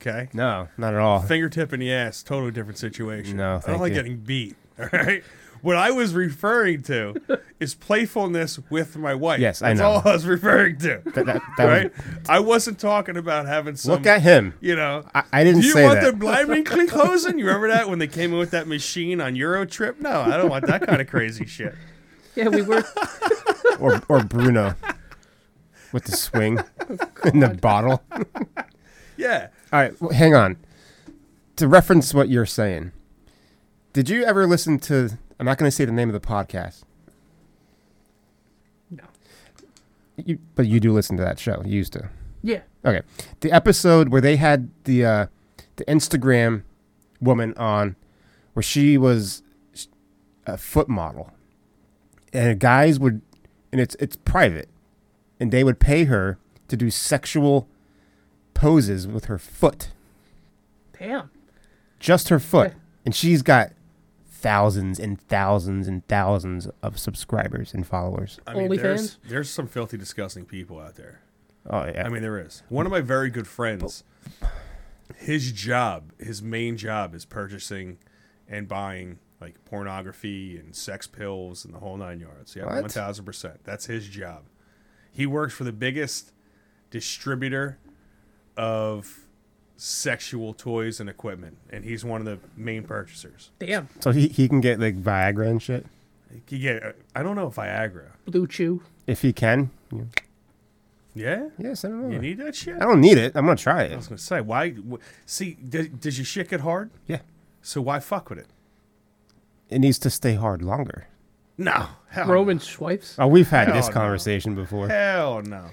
Speaker 5: Okay?
Speaker 3: No, not at all.
Speaker 5: Fingertip in the ass, totally different situation.
Speaker 3: No,
Speaker 5: I don't
Speaker 3: thank
Speaker 5: like
Speaker 3: you.
Speaker 5: getting beat. All right? What I was referring to is playfulness with my wife.
Speaker 3: Yes, I
Speaker 5: That's
Speaker 3: know.
Speaker 5: all I was referring to.
Speaker 3: That- that- that was-
Speaker 5: right? I wasn't talking about having some.
Speaker 3: Look at him.
Speaker 5: You know,
Speaker 3: I- I didn't
Speaker 5: Do you
Speaker 3: say
Speaker 5: want
Speaker 3: that.
Speaker 5: the blindingly closing? You remember that when they came in with that machine on Euro trip? No, I don't want that kind of crazy shit.
Speaker 4: Yeah, we were.
Speaker 3: or or Bruno with the swing in the bottle. All
Speaker 5: Yeah,
Speaker 3: right, well, hang on. To reference what you're saying, did you ever listen to? I'm not going to say the name of the podcast.
Speaker 4: No.
Speaker 3: You, but you do listen to that show. You used to.
Speaker 4: Yeah.
Speaker 3: Okay, the episode where they had the uh, the Instagram woman on, where she was a foot model, and guys would, and it's it's private, and they would pay her to do sexual poses with her foot,
Speaker 4: Damn.
Speaker 3: just her foot,
Speaker 4: Yeah.
Speaker 3: and she's got thousands and thousands and thousands of subscribers and followers.
Speaker 5: I mean,
Speaker 4: OnlyFans?
Speaker 5: there's, there's some filthy, disgusting people out there.
Speaker 3: Oh yeah,
Speaker 5: I mean, there is. One of my very good friends, his job, his main job is purchasing and buying like pornography and sex pills and the whole nine yards. Yeah,
Speaker 3: What?
Speaker 5: 1000%. That's his job. He works for the biggest distributor of sexual toys and equipment, and he's one of the main purchasers.
Speaker 4: Damn.
Speaker 3: so he he can get like Viagra and shit
Speaker 5: He get, I don't know if Viagra.
Speaker 4: Blue Chew.
Speaker 3: if he can. Yeah,
Speaker 5: Yeah?
Speaker 3: yeah send him
Speaker 5: You
Speaker 3: over.
Speaker 5: need that shit?
Speaker 3: I don't need it. I'm gonna try
Speaker 5: I was
Speaker 3: it.
Speaker 5: going to say, why? Wh- see, does, does your shit get hard?
Speaker 3: Yeah.
Speaker 5: So why fuck with it?
Speaker 3: It needs to stay hard longer.
Speaker 5: No. Hell
Speaker 4: Roman
Speaker 5: Uh,
Speaker 4: swipes.
Speaker 3: Oh, we've had this
Speaker 5: Hell no.
Speaker 3: conversation before.
Speaker 5: Hell no.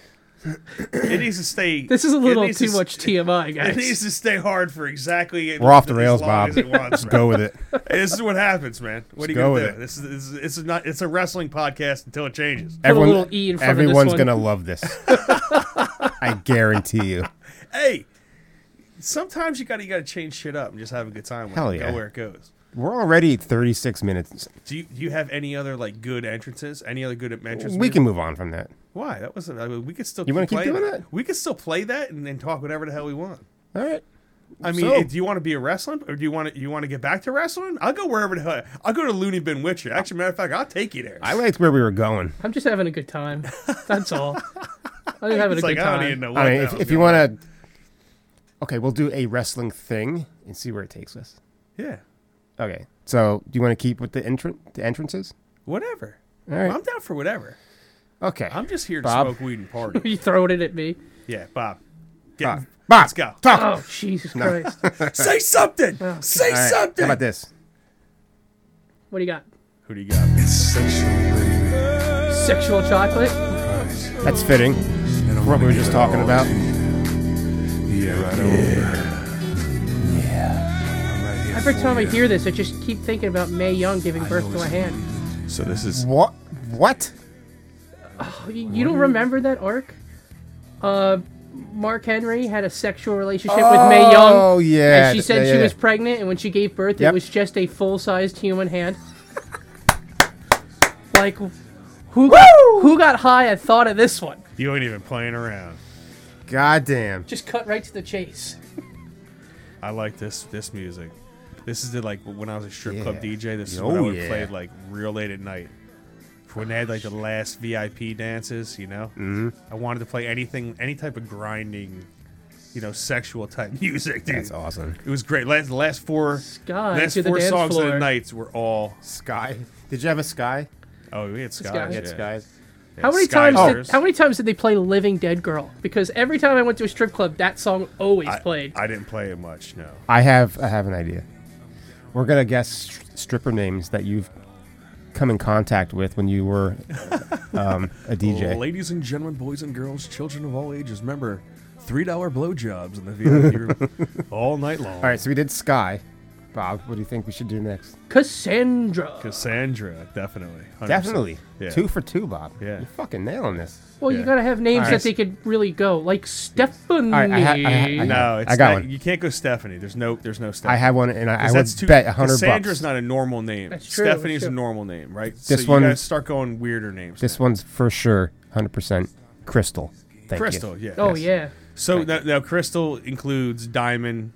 Speaker 5: It needs to stay.
Speaker 4: This is a
Speaker 5: it
Speaker 4: little
Speaker 5: needs
Speaker 4: too
Speaker 5: to
Speaker 4: much
Speaker 5: st-
Speaker 4: TMI,
Speaker 5: It needs
Speaker 4: guys.
Speaker 5: to stay hard for exactly.
Speaker 3: We're off the
Speaker 5: as
Speaker 3: rails,
Speaker 5: long
Speaker 3: Bob.
Speaker 5: as it wants,
Speaker 3: Let's
Speaker 5: bro.
Speaker 3: go with it.
Speaker 5: Hey, This is what happens, man. What are you
Speaker 3: go
Speaker 5: gonna
Speaker 3: with
Speaker 5: do?
Speaker 3: it.
Speaker 5: This is, this is not. It's a wrestling podcast until it changes.
Speaker 4: little E in front of this
Speaker 3: everyone's
Speaker 4: one.
Speaker 3: gonna love this. I guarantee you.
Speaker 5: Hey, sometimes you gotta you gotta change shit up and just have a good time. With
Speaker 3: Hell
Speaker 5: it.
Speaker 3: yeah.
Speaker 5: Go where it goes.
Speaker 3: We're already 36 minutes.
Speaker 5: Do you, do you have any other like good entrances? Any other good entrances?
Speaker 3: We can move on from that.
Speaker 5: Why? That wasn't. I mean, we could still.
Speaker 3: You wanna keep
Speaker 5: playing
Speaker 3: doing
Speaker 5: it.
Speaker 3: that?
Speaker 5: We could still play that and then talk whatever the hell we want.
Speaker 3: All right.
Speaker 5: I mean,
Speaker 3: So-
Speaker 5: eh, do you want to be a wrestler, or do you want to you want to get back to wrestling? I'll go wherever the hell. I'll go to Looney Bin with you. Actually, matter of fact, I'll take you there.
Speaker 3: I liked where we were going.
Speaker 4: I'm just having a good time. That's all. I'm just having a
Speaker 5: it's
Speaker 4: good
Speaker 5: like I don't even
Speaker 4: time.
Speaker 5: know. What
Speaker 3: I mean,
Speaker 5: the
Speaker 3: if,
Speaker 5: hell
Speaker 3: if
Speaker 5: is
Speaker 3: you
Speaker 5: going on.
Speaker 3: want to. Okay, we'll do a wrestling thing and see where it takes us.
Speaker 5: yeah,
Speaker 3: Okay. So, do you want to keep with the entran the entrances?
Speaker 5: whatever.
Speaker 3: All right.
Speaker 5: I'm down for whatever.
Speaker 3: Okay.
Speaker 5: I'm just here to
Speaker 3: Bob?
Speaker 5: smoke weed and party.
Speaker 4: You throwing it at me?
Speaker 5: yeah, Bob. Get,
Speaker 3: Bob, Bob,
Speaker 5: Let's go.
Speaker 3: Talk.
Speaker 4: Oh, Jesus Christ!
Speaker 5: Say something. Say
Speaker 3: All right,
Speaker 5: something.
Speaker 3: How about this?
Speaker 4: What do you got?
Speaker 5: Who do you got?
Speaker 4: Sexual chocolate?
Speaker 3: That's fitting. What we were just talking about.
Speaker 2: Yeah, right over.
Speaker 4: Every time I hear this, I just keep thinking about May Young giving birth to a hand.
Speaker 5: So this is
Speaker 3: What? What?
Speaker 4: You you don't remember that arc? Uh, Mark Henry had a sexual relationship with May Young.
Speaker 3: Oh yeah.
Speaker 4: Um, and she said
Speaker 3: yeah,
Speaker 4: she
Speaker 3: yeah.
Speaker 4: was pregnant, and when she gave birth,
Speaker 3: Yep.
Speaker 4: it was just a full-sized human hand. like, who got, who got high and thought of this one?
Speaker 5: you ain't even playing around.
Speaker 3: Goddamn.
Speaker 4: Just cut right to the chase.
Speaker 5: I like this this music. This is the like when I was a strip club
Speaker 3: Yeah.
Speaker 5: DJ. This is
Speaker 3: Oh,
Speaker 5: when I would
Speaker 3: yeah.
Speaker 5: play like real late at night. When they had like the last VIP dances, you know, mm-hmm. I wanted to play anything, any type of grinding, you know, sexual type music. Dude.
Speaker 3: That's awesome.
Speaker 5: It was great. Last the last four,
Speaker 4: Sky
Speaker 5: last
Speaker 4: to the
Speaker 5: four
Speaker 4: dance
Speaker 5: songs of the
Speaker 4: floor.
Speaker 5: nights were all.
Speaker 3: Sky. Did you have a sky?
Speaker 5: Oh, we had Sky.
Speaker 4: Sky.
Speaker 3: We
Speaker 5: yeah.
Speaker 3: had skies.
Speaker 5: Yeah,
Speaker 4: How many
Speaker 5: Sky
Speaker 4: times?
Speaker 5: Verse.
Speaker 4: Did, how many times did they play "Living Dead Girl"? Because every time I went to a strip club, that song always
Speaker 5: I,
Speaker 4: played.
Speaker 5: I didn't play it much. No.
Speaker 3: I have. I have an idea. We're gonna guess str- stripper names that you've come in contact with when you were um, a DJ.
Speaker 5: Ladies and gentlemen, boys and girls, children of all ages, remember three dollar blowjobs in the VIP room all night long.
Speaker 3: All right. So we did sky. Bob, what do you think we should do next?
Speaker 4: Cassandra.
Speaker 5: Cassandra, definitely. 100%.
Speaker 3: Definitely.
Speaker 5: Yeah.
Speaker 3: Two for two, Bob.
Speaker 5: Yeah.
Speaker 3: You're fucking nailing this.
Speaker 4: well,
Speaker 5: yeah.
Speaker 4: you gotta have names
Speaker 3: Alright.
Speaker 4: that they could really go, like Stephanie.
Speaker 3: Alright, I ha- I ha- I ha-
Speaker 5: No, it's
Speaker 3: I got
Speaker 5: not-
Speaker 3: one.
Speaker 5: You can't go Stephanie. There's no there's no Stephanie.
Speaker 3: I have one, and I, I would
Speaker 5: that's too,
Speaker 3: bet a hundred
Speaker 5: Cassandra's
Speaker 3: bucks.
Speaker 5: not a normal name.
Speaker 4: That's true,
Speaker 5: Stephanie's
Speaker 4: that's
Speaker 5: a
Speaker 4: true.
Speaker 5: normal name, right?
Speaker 3: This
Speaker 5: so
Speaker 3: one-
Speaker 5: you gotta start going weirder names.
Speaker 3: this
Speaker 5: now.
Speaker 3: one's for sure, hundred percent. Crystal. Thank
Speaker 5: Crystal,
Speaker 3: you.
Speaker 5: yeah.
Speaker 4: oh
Speaker 5: yes.
Speaker 4: yeah.
Speaker 5: So now, now Crystal includes Diamond,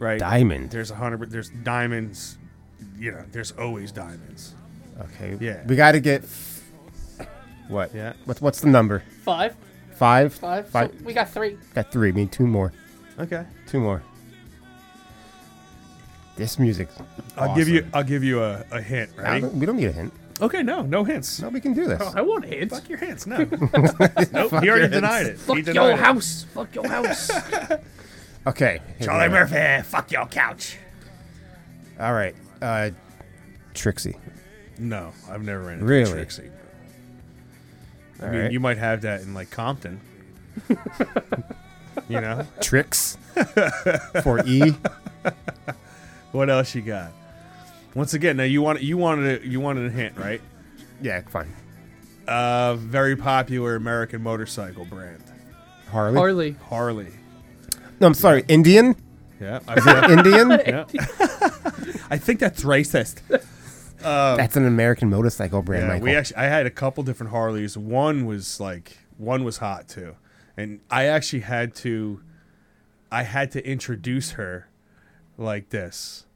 Speaker 5: right?
Speaker 3: Diamond.
Speaker 5: There's a hundred. There's diamonds. You know, there's always diamonds.
Speaker 3: Okay.
Speaker 5: Yeah.
Speaker 3: We got to get. What?
Speaker 5: Yeah.
Speaker 3: What's what's the number?
Speaker 4: Five.
Speaker 3: Five.
Speaker 4: Five.
Speaker 3: Five.
Speaker 4: So we got three.
Speaker 3: Got three. Need two more.
Speaker 5: Okay.
Speaker 3: Two more. This music.
Speaker 5: I'll give you. I'll give you a, a hint. Ready? Oh,
Speaker 3: we don't need a hint.
Speaker 5: Okay. No. No hints.
Speaker 3: No, we can do this.
Speaker 4: I want hints.
Speaker 5: Fuck your hints. No. nope.
Speaker 3: Fuck
Speaker 5: he
Speaker 3: your
Speaker 5: already
Speaker 3: hints.
Speaker 5: denied it.
Speaker 4: Fuck
Speaker 5: he
Speaker 4: your
Speaker 5: denied it.
Speaker 4: house. Fuck your house.
Speaker 3: Okay. here we
Speaker 5: Charlie
Speaker 3: go.
Speaker 5: Murphy. Fuck your couch.
Speaker 3: All right. Uh, Trixie.
Speaker 5: No, I've never ran into
Speaker 3: Really?
Speaker 5: Trixie. I
Speaker 3: All
Speaker 5: mean,
Speaker 3: right.
Speaker 5: you might have that in like Compton. you know.
Speaker 3: Tricks. For E.
Speaker 5: What else you got? Once again, now you want you wanted a, you wanted a hint, right?
Speaker 3: Yeah. Fine.
Speaker 5: A very popular American motorcycle brand,
Speaker 3: Harley.
Speaker 4: Harley.
Speaker 5: Harley.
Speaker 3: No, I'm sorry. Indian.
Speaker 5: Yeah, I,
Speaker 3: Indian.
Speaker 5: yeah. I think that's racist.
Speaker 3: That's an American motorcycle brand,
Speaker 5: Yeah,
Speaker 3: Michael.
Speaker 5: we actually I had a couple different Harleys. One was like one was hot too, and I actually had to, I had to introduce her, like this,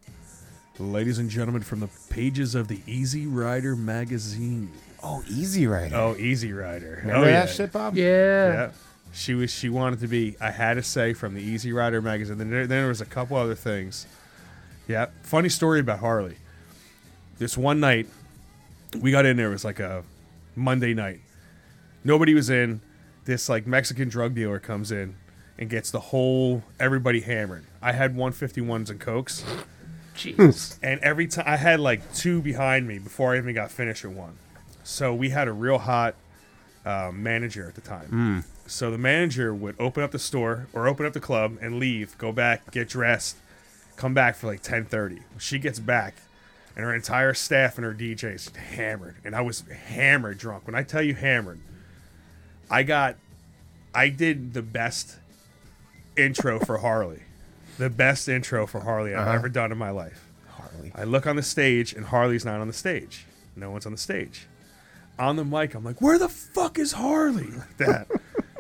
Speaker 5: ladies and gentlemen, from the pages of the Easy Rider magazine.
Speaker 3: oh, Easy Rider.
Speaker 5: Oh, Easy Rider.
Speaker 3: Remember
Speaker 5: oh
Speaker 3: that shit, Bob?
Speaker 4: Yeah.
Speaker 5: Yeah. She was. She wanted to be. I had to say from the Easy Rider magazine. Then there, then there was a couple other things. Yeah. Funny story about Harley. This one night, we got in there. It was like a Monday night. Nobody was in. This like Mexican drug dealer comes in and gets the whole everybody hammered. I had 151s and cokes,
Speaker 4: Jeez.
Speaker 5: and every time I had like two behind me before I even got finished with one. So we had a real hot uh, manager at the time. So the manager would open up the store or open up the club and leave, go back, get dressed, come back for like 10:30. She gets back and her entire staff and her DJs hammered and I was hammered drunk. When I tell you hammered, I got I did the best intro for Harley. The best intro for Harley I've ever done in my life.
Speaker 3: Harley.
Speaker 5: I look on the stage and Harley's not on the stage. No one's on the stage. On the mic, I'm like, where the fuck is Harley? Like that.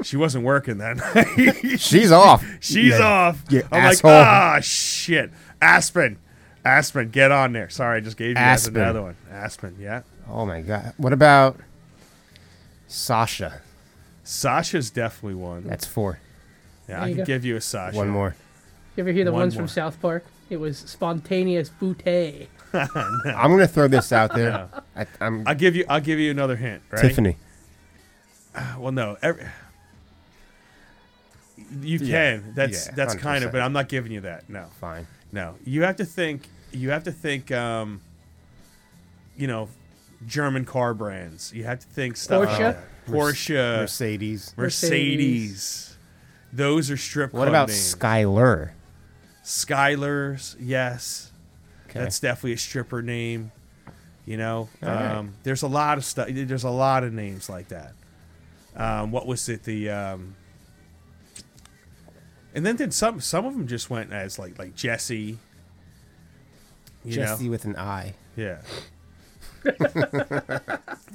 Speaker 5: she wasn't working that night.
Speaker 3: She's off.
Speaker 5: She's
Speaker 3: Yeah.
Speaker 5: off.
Speaker 3: Yeah,
Speaker 5: I'm
Speaker 3: asshole.
Speaker 5: like, ah, shit. Aspen. Aspen, get on there. Sorry, I just gave you guys
Speaker 3: Aspen.
Speaker 5: another one. Aspen, yeah.
Speaker 3: Oh my god. What about Sasha?
Speaker 5: Sasha's definitely one.
Speaker 3: That's four.
Speaker 5: yeah,
Speaker 4: There
Speaker 5: I
Speaker 4: you
Speaker 5: can
Speaker 4: go.
Speaker 5: give you a Sasha.
Speaker 3: One more.
Speaker 4: You ever hear the
Speaker 5: One
Speaker 4: ones
Speaker 5: more.
Speaker 4: from South Park? It was spontaneous bootay.
Speaker 3: I'm gonna throw this out there. I, I'm
Speaker 5: I'll give you. I'll give you another hint. Right?
Speaker 3: Tiffany.
Speaker 5: Well, no. Every, you
Speaker 3: Yeah.
Speaker 5: can. That's
Speaker 3: Yeah,
Speaker 5: that's kind of.
Speaker 3: 100%.
Speaker 5: But I'm not giving you that. No.
Speaker 3: Fine.
Speaker 5: No, you have to think. You have to think. Um, you know, German car brands. You have to think stuff. like
Speaker 4: Porsche?
Speaker 5: that. Porsche,
Speaker 3: Mercedes.
Speaker 5: Mercedes. Those are strip.
Speaker 3: What
Speaker 5: club
Speaker 3: about
Speaker 5: names.
Speaker 3: Skyler?
Speaker 5: Skylers? Yes,
Speaker 3: Okay.
Speaker 5: that's definitely a stripper name. You know,
Speaker 3: right.
Speaker 5: um, there's a lot of stuff. There's a lot of names like that. Um, what was it? The um, and then did some some of them just went as like like Jesse. You know?
Speaker 3: Jesse with an I.
Speaker 5: Yeah.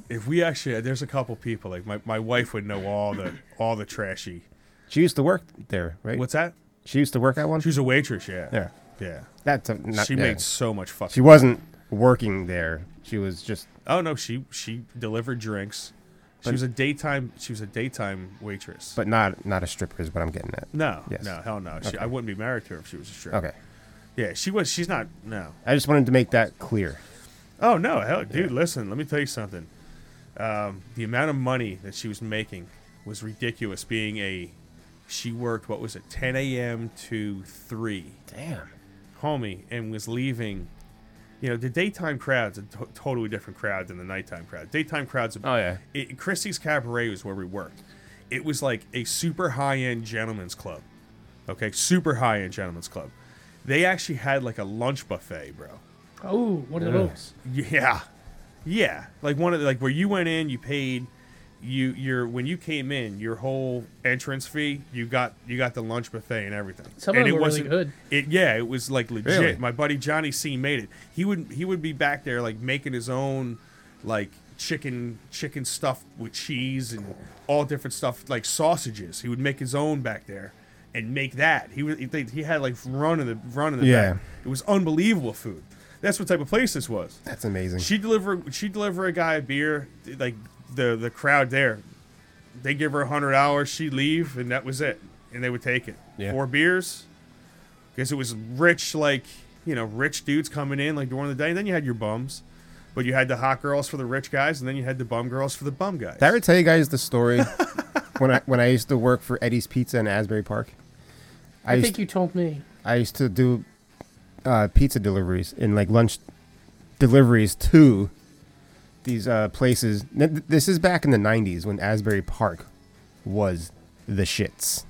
Speaker 5: if we actually, there's a couple people like my, my wife would know all the all the trashy.
Speaker 3: She used to work there, right?
Speaker 5: What's that?
Speaker 3: she used to work at one.
Speaker 5: She was a waitress. Yeah.
Speaker 3: yeah.
Speaker 5: Yeah.
Speaker 3: That's a, not.
Speaker 5: she
Speaker 3: yeah.
Speaker 5: made so much fucking.
Speaker 3: She wasn't working there. She was just.
Speaker 5: Oh no, she she delivered drinks. She
Speaker 3: But-
Speaker 5: was a daytime. She was a daytime waitress.
Speaker 3: But not not a stripper is what I'm getting at.
Speaker 5: no,
Speaker 3: Yes.
Speaker 5: no, hell no. She, I wouldn't be married to her if she was a stripper.
Speaker 3: Okay.
Speaker 5: Yeah, she was. She's not. No.
Speaker 3: I just wanted to make that clear.
Speaker 5: Oh no, hell, dude. Listen, let me tell you something. Um, the amount of money that she was making was ridiculous. Being a, she worked what was it, 10 a.m. to three,
Speaker 3: Damn.
Speaker 5: homie, and was leaving. You know, the daytime crowd's a to- totally different crowd than the nighttime crowd. Daytime crowd's a,
Speaker 3: Oh, yeah.
Speaker 5: It, Christie's Cabaret was where we worked. It was like a super high end gentleman's club. Okay, super high end gentleman's club. They actually had like a lunch buffet, bro.
Speaker 4: Oh, one of those.
Speaker 5: Yeah, yeah. Like one of the, like where you went in, you paid. You your when you came in, your whole entrance fee. You got you got the lunch buffet and everything.
Speaker 4: Some of
Speaker 5: and
Speaker 4: them were really
Speaker 5: wasn't-
Speaker 4: good.
Speaker 5: It yeah, it was like legit.
Speaker 3: Really?
Speaker 5: My buddy Johnny C made it. He would he would be back there like making his own like chicken chicken stuff with cheese and all different stuff like sausages. He would make his own back there and make that. He was he, he had like run in the run in the
Speaker 3: Yeah.
Speaker 5: back. It was unbelievable food. That's what type of place this was.
Speaker 3: That's amazing.
Speaker 5: She deliver she deliver a guy a beer, like the the crowd there, they give her a hundred dollars, she leave, and that was it. And they would take it.
Speaker 3: Yeah.
Speaker 5: Four beers. Because it was rich, like you know, rich dudes coming in like during the day. And then you had your bums. But you had the hot girls for the rich guys, and then you had the bum girls for the bum guys.
Speaker 3: Did I ever tell you guys the story when I when I used to work for Eddie's Pizza in Asbury Park? I,
Speaker 4: I
Speaker 3: used,
Speaker 4: think you told me.
Speaker 3: I used to do uh, pizza deliveries and like lunch deliveries to these uh, places. N- th- This is back in the '90s when Asbury Park was the shits,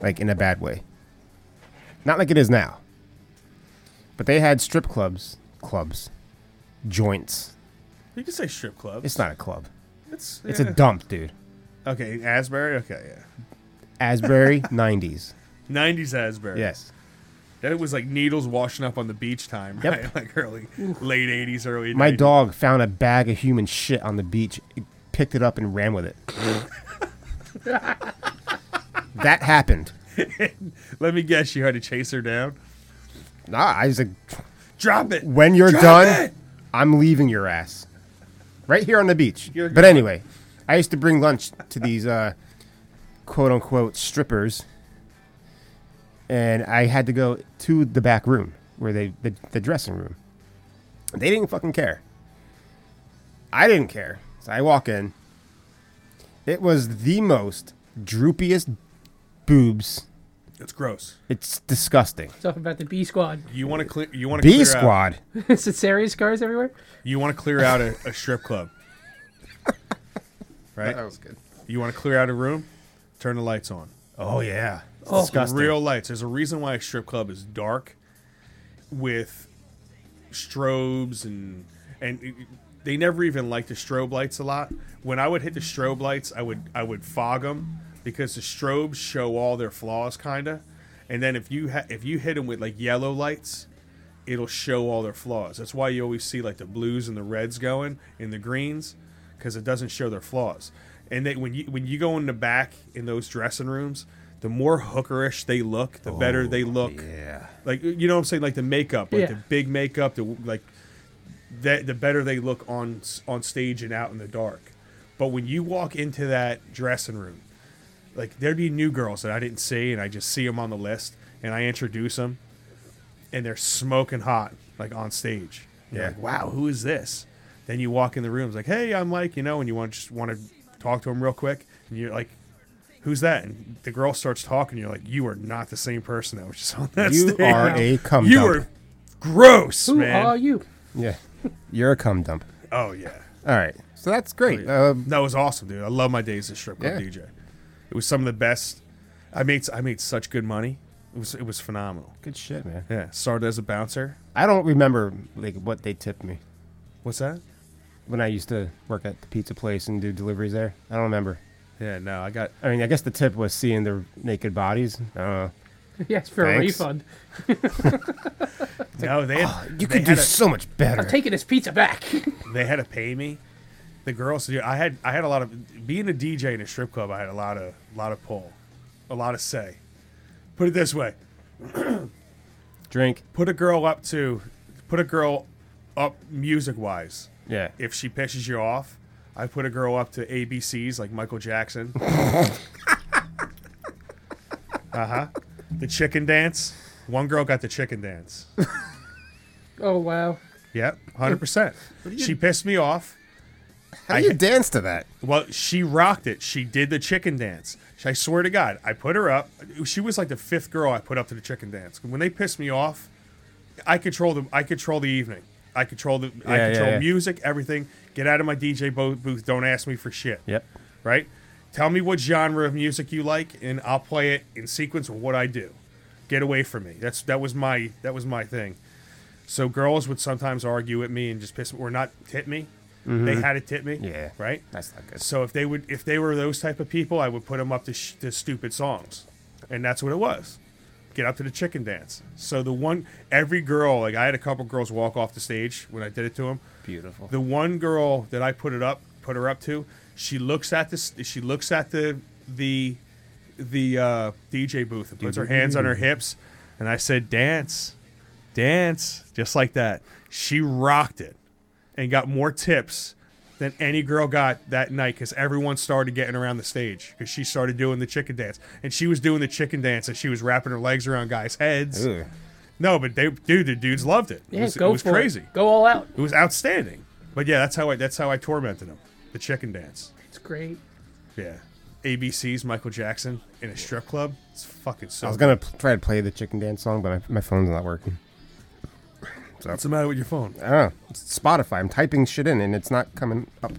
Speaker 3: like in a bad way. Not like it is now, but they had strip clubs, clubs, joints.
Speaker 5: you can say strip club.
Speaker 3: It's not a club.
Speaker 5: It's,
Speaker 3: It's
Speaker 5: yeah.
Speaker 3: a dump, dude.
Speaker 5: okay. Asbury. Okay, yeah.
Speaker 3: Asbury '90s.
Speaker 5: Nineties Asbury.
Speaker 3: Yes.
Speaker 5: That was like needles washing up on the beach time,
Speaker 3: Yep.
Speaker 5: right? Like early, late eighties, early.
Speaker 3: My
Speaker 5: 90s.
Speaker 3: dog found a bag of human shit on the beach, it picked it up, and ran with it. that happened.
Speaker 5: Let me guess, you had to chase her down.
Speaker 3: Nah, I was like,
Speaker 5: Drop it.
Speaker 3: when you're
Speaker 5: Drop
Speaker 3: done,
Speaker 5: it!
Speaker 3: I'm leaving your ass. Right here on the beach.
Speaker 5: You're
Speaker 3: but
Speaker 5: gone.
Speaker 3: anyway, I used to bring lunch to these uh, quote unquote strippers, and I had to go to the back room where they, the, the dressing room. They didn't fucking care. I didn't care. So I walk in. It was the most droopiest boobs.
Speaker 5: It's gross.
Speaker 3: It's disgusting.
Speaker 4: Stuff about the B squad.
Speaker 5: You want to clear? You want to
Speaker 3: B
Speaker 5: clear Out,
Speaker 3: squad.
Speaker 4: Is it serious cars everywhere?
Speaker 5: you want to clear out a, a strip club, right?
Speaker 3: was good.
Speaker 5: You want to clear out a room. Turn the lights on.
Speaker 3: Oh yeah. It's
Speaker 4: Oh,
Speaker 3: disgusting.
Speaker 5: Real lights. There's a reason why a strip club is dark, with strobes and and they never even liked the strobe lights a lot. When I would hit the strobe lights, I would I would fog them because the strobes show all their flaws, kinda. And then if you ha- if you hit them with like yellow lights, it'll show all their flaws. That's why you always see like the blues and the reds going and the greens because it doesn't show their flaws. And they when you when you go in the back in those dressing rooms, the more hookerish they look, the better they look.
Speaker 3: Yeah.
Speaker 5: Like you know what I'm saying, like the makeup, like
Speaker 4: Yeah.
Speaker 5: the big makeup, the like that the better they look on s- on stage and out in the dark. But when you walk into that dressing room, like there'd be new girls that I didn't see, and I just see them on the list, and I introduce them, and they're smoking hot, like on stage. You're
Speaker 3: Yeah.
Speaker 5: like, wow, who is this? Then you walk in the room, it's like, hey, I'm Mike, you know, and you want just want to talk to him real quick, and you're like, who's that? And the girl starts talking, you're like, you are not the same person that was just on that
Speaker 3: You
Speaker 5: stage.
Speaker 3: are a cum
Speaker 5: You
Speaker 3: dump.
Speaker 5: are gross,
Speaker 4: Who
Speaker 5: man.
Speaker 4: are you?
Speaker 3: Yeah. You're a cum dump.
Speaker 5: Oh yeah.
Speaker 3: All right. So that's great. Um,
Speaker 5: That was awesome, dude. I love my days as strip club
Speaker 3: Yeah.
Speaker 5: DJ. It was some of the best. I made I made such good money. It was it was phenomenal.
Speaker 3: good shit, man.
Speaker 5: Yeah, started as a bouncer.
Speaker 3: I don't remember like what they tipped me
Speaker 5: What's that?
Speaker 3: when I used to work at the pizza place and do deliveries there. I don't remember.
Speaker 5: Yeah, no, I got
Speaker 3: I mean, I guess the tip was seeing their naked bodies. I don't know.
Speaker 4: Yes, for
Speaker 3: Thanks.
Speaker 4: a refund.
Speaker 5: no. They had,
Speaker 3: Oh, You
Speaker 5: they
Speaker 3: could do
Speaker 5: had
Speaker 3: so much better.
Speaker 4: I'm taking this pizza back.
Speaker 5: a, they had to pay me. The girls, dude, I had I had a lot of being a DJ in a strip club. I had a lot of lot of pull, a lot of say. Put it this way:
Speaker 3: Drink.
Speaker 5: put a girl up to, put a girl up music wise.
Speaker 3: Yeah.
Speaker 5: if she pisses you off, I put a girl up to ABCs like Michael Jackson. uh huh. Uh-huh. The chicken dance. One girl got the chicken dance.
Speaker 4: oh wow.
Speaker 5: Yep, hundred percent. She pissed me off.
Speaker 3: How do you dance to that?
Speaker 5: Well, she rocked it. She did the chicken dance. I swear to God, I put her up. She was like the fifth girl I put up to the chicken dance. When they pissed me off, I control the I control the evening. I control the
Speaker 3: Yeah,
Speaker 5: I
Speaker 3: yeah,
Speaker 5: control
Speaker 3: yeah.
Speaker 5: music, everything. Get out of my DJ bo- booth. Don't ask me for shit.
Speaker 3: Yep.
Speaker 5: right? Tell me what genre of music you like, and I'll play it in sequence with what I do. Get away from me. That's that was my that was my thing. So girls would sometimes argue at me and just piss or not tip me. They had to tip me.
Speaker 3: Mm-hmm. Yeah.
Speaker 5: Right.
Speaker 3: That's not good.
Speaker 5: So if they would if they were those type of people, I would put them up to, sh- to stupid songs, and that's what it was. Get up to the chicken dance. So the one every girl like I had a couple girls walk off the stage when I did it to them.
Speaker 3: Beautiful.
Speaker 5: The one girl that I put it up, put her up to, she looks at this. She looks at the the the uh, DJ booth and puts her hands on her hips, and I said, "Dance, dance," just like that. She rocked it and got more tips than any girl got that night because everyone started getting around the stage because she started doing the chicken dance and she was doing the chicken dance and she was wrapping her legs around guys' heads.
Speaker 3: Ugh.
Speaker 5: No, but they dude, the dudes loved it.
Speaker 4: Yeah,
Speaker 5: it was,
Speaker 4: go
Speaker 5: it was
Speaker 4: for
Speaker 5: crazy.
Speaker 4: it. Go all out.
Speaker 5: It was outstanding. But yeah, that's how I that's how I tormented him. The chicken dance.
Speaker 4: It's great.
Speaker 5: Yeah. ABC's Michael Jackson in a strip club. It's fucking so.
Speaker 3: I was gonna p- try to play the chicken dance song, but my, my phone's not working.
Speaker 5: What's the matter with your phone?
Speaker 3: I don't know. It's Spotify. I'm typing shit in and it's not coming up.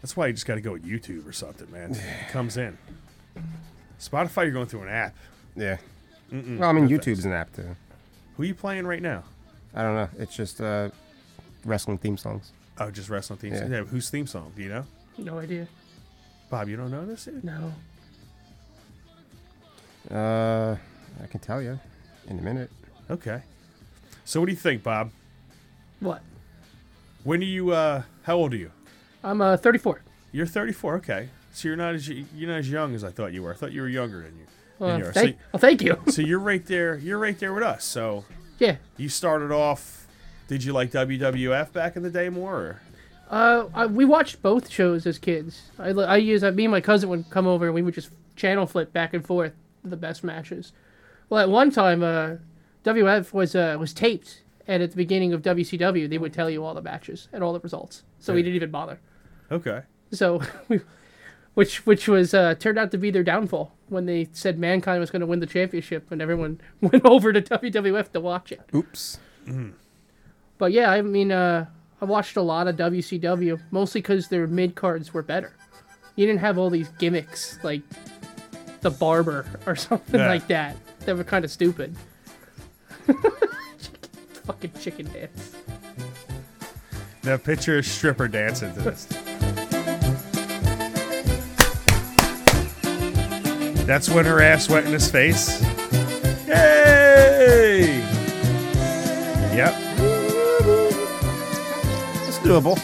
Speaker 5: That's why you just got to go with YouTube or something, man. It comes in. Spotify, you're going through an app.
Speaker 3: Yeah. well, I mean, YouTube's an app too.
Speaker 5: Who you playing right now?
Speaker 3: I don't know. It's just uh, wrestling theme songs.
Speaker 5: Oh, just wrestling theme
Speaker 3: Yeah.
Speaker 5: song. Yeah, whose theme song? Do you know?
Speaker 4: No idea.
Speaker 5: Bob, you don't know this? dude?
Speaker 4: No.
Speaker 3: Uh, I can tell you in a minute.
Speaker 5: Okay. So what do you think, Bob?
Speaker 4: What?
Speaker 5: When are you? uh How old are you?
Speaker 4: I'm uh 34.
Speaker 5: You're 34. Okay. So you're not as you're not as young as I thought you were. I thought you were younger than you.
Speaker 4: Well,
Speaker 5: than you are.
Speaker 4: Uh, thank, well, thank you.
Speaker 5: so, so you're right there. You're right there with us. So
Speaker 4: Yeah.
Speaker 5: you started off. Did you like WWF back in the day more? Or?
Speaker 4: Uh, I, we watched both shows as kids. I, li- I used, me and my cousin would come over and we would just channel flip back and forth the best matches. Well, at one time, uh, WF was, uh, was taped. And at the beginning of WCW, they would tell you all the matches and all the results. So we didn't even bother.
Speaker 5: Okay.
Speaker 4: So, we, which which was uh, turned out to be their downfall when they said mankind was going to win the championship, and everyone went over to WWF to watch it.
Speaker 3: Oops.
Speaker 4: But yeah, I mean, uh, I watched a lot of WCW mostly because their mid cards were better. You didn't have all these gimmicks like the barber or something
Speaker 5: Yeah.
Speaker 4: like that that were kind of stupid. Fucking chicken dance.
Speaker 5: Now picture a stripper dancing to this. That's when her ass went in his face. Yay! Yep.
Speaker 3: It's doable.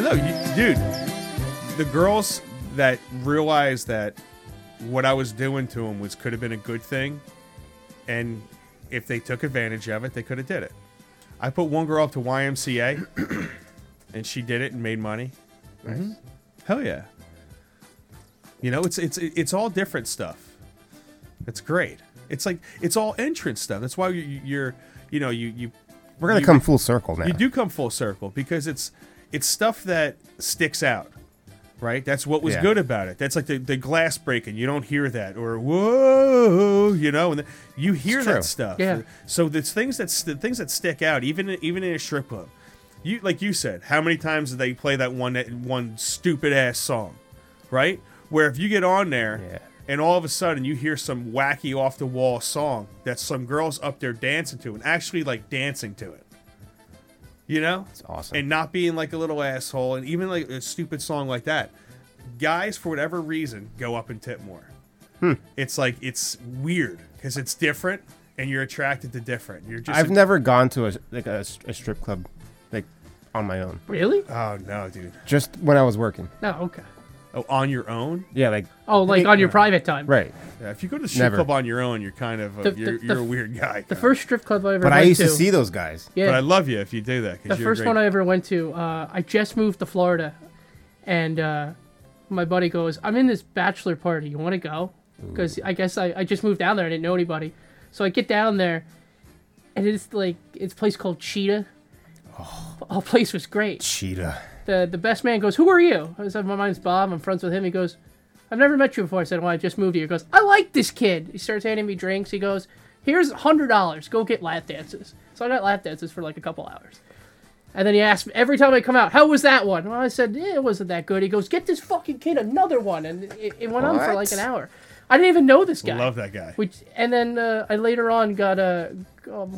Speaker 5: No, you, dude. The girls that realized that what I was doing to him was could have been a good thing, and if they took advantage of it, they could have did it. I put one girl up to YMCA, and she did it and made money. Mhm. Hell yeah! You know, it's it's it's all different stuff. It's great. It's like it's all entrance stuff. That's why you, you're you know you you
Speaker 3: We're gonna
Speaker 5: you-
Speaker 3: come full circle now.
Speaker 5: you do come full circle because it's it's stuff that sticks out, right? That's what was
Speaker 3: Yeah.
Speaker 5: good about it. That's like the, the glass breaking. You don't hear that or whoa, you know, and the, you hear
Speaker 3: It's true.
Speaker 5: that stuff.
Speaker 4: Yeah.
Speaker 5: So the things that the things that stick out, even even in a strip club, you like you said, how many times did they play that one that one stupid ass song, right? Where if you get on there.
Speaker 3: Yeah.
Speaker 5: And all of a sudden, you hear some wacky off the wall song that some girls up there dancing to and actually like dancing to it you know it's
Speaker 3: awesome.
Speaker 5: and not being like a little asshole and even like a stupid song like that guys for whatever reason go up and tip more
Speaker 3: Hmm.
Speaker 5: it's like it's weird because it's different and you're attracted to different you're just
Speaker 3: I've never gone to a like a, s- a strip club, like on my own.
Speaker 4: Really?
Speaker 5: oh no dude
Speaker 3: Just when I was working.
Speaker 4: No. Okay.
Speaker 5: oh on your own
Speaker 3: Yeah, like
Speaker 4: Oh, like on your private time.
Speaker 3: right.
Speaker 5: yeah, if you go to the strip
Speaker 3: Never.
Speaker 5: club on your own you're kind of a,
Speaker 4: The- the-
Speaker 5: you're,
Speaker 4: the-
Speaker 5: you're a weird guy
Speaker 4: The first strip club I ever
Speaker 3: But
Speaker 4: went
Speaker 3: I used to
Speaker 4: to
Speaker 3: see those guys.
Speaker 4: Yeah.
Speaker 5: but i love you if you do that 'cause
Speaker 4: The
Speaker 5: you're a
Speaker 4: first
Speaker 5: great-
Speaker 4: one I ever went to, uh, I just moved to Florida, and uh, my buddy goes, "I'm in this bachelor party. You want to go?" Because I guess I, I just moved down there. I didn't know anybody, so I get down there, and it's like it's a place called Cheetah. Oh, place was great.
Speaker 3: Cheetah.
Speaker 4: The the best man goes, "Who are you?" I said, "My name's Bob. I'm friends with him." He goes, "I've never met you before." I said, "Well, I just moved here." He goes, "I like this kid." He starts handing me drinks. He goes, "Here's hundred dollars. Go get lap dances." So I got lap dances for like a couple hours. And then he asked me every time I come out, "How was that one?" Well, I said, eh, "It wasn't that good." He goes, "Get this fucking kid another one," and it, it went on for
Speaker 3: What?
Speaker 4: like an hour. I didn't even know this guy.
Speaker 5: love that guy
Speaker 4: Which and then uh, I later on got uh,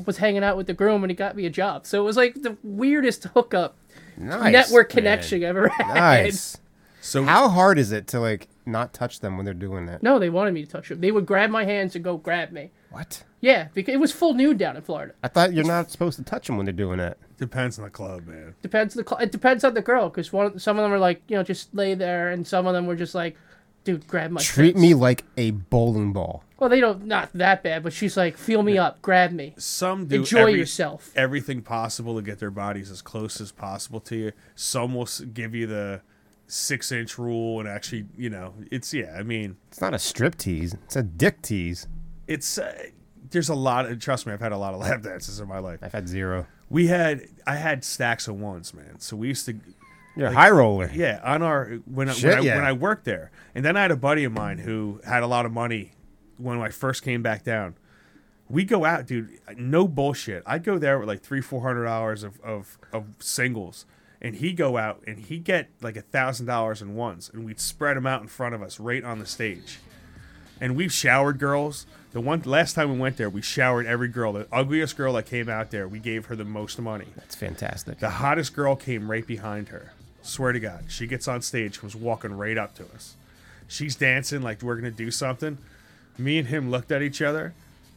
Speaker 4: was hanging out with the groom and he got me a job. So it was like the weirdest hookup
Speaker 3: Nice
Speaker 4: network
Speaker 3: man.
Speaker 4: connection I've ever had.
Speaker 3: Nice.
Speaker 5: so
Speaker 3: How hard is it to like not touch them when they're doing that?
Speaker 4: No, they wanted me to touch them. They would grab my hands and go grab me.
Speaker 3: What?
Speaker 4: Yeah, because it was full nude down in Florida.
Speaker 3: I thought you're not supposed to touch them when they're doing that.
Speaker 5: depends on the club man
Speaker 4: Depends the cl- it depends on the girl because one some of them are like you know just lay there and some of them were just like dude, grab my
Speaker 3: Treat
Speaker 4: face."
Speaker 3: me like a bowling ball.
Speaker 4: Well, they don't not that bad, but she's like, feel me up, grab me.
Speaker 5: Some do
Speaker 4: Enjoy
Speaker 5: every-
Speaker 4: yourself.
Speaker 5: Everything possible to get their bodies as close as possible to you. Some will s- give you the six inch rule and actually, you know, it's yeah. I mean,
Speaker 3: It's not a strip tease. It's a dick tease.
Speaker 5: it's uh, there's a lot. Of, trust me, I've had a lot of lap dances in my life.
Speaker 3: I've had zero.
Speaker 5: We had I had stacks of ones, man. So we used to
Speaker 3: You're a high roller.
Speaker 5: Yeah, on our when I,
Speaker 3: Shit,
Speaker 5: when, I,
Speaker 3: yeah.
Speaker 5: when I worked there, and then I had a buddy of mine who had a lot of money when I first came back down. We go out, dude. No bullshit. I go there with like three, four hundred dollars of, of of singles, and he go out and he get like a thousand dollars in ones, and we'd spread them out in front of us, right on the stage. And we've showered girls. The one last time we went there, we showered every girl. The ugliest girl that came out there, we gave her the most money.
Speaker 3: It's fantastic.
Speaker 5: The hottest girl came right behind her. Swear to God, she gets on stage, was walking right up to us. She's dancing like we're gonna do something. Me and him looked at each other,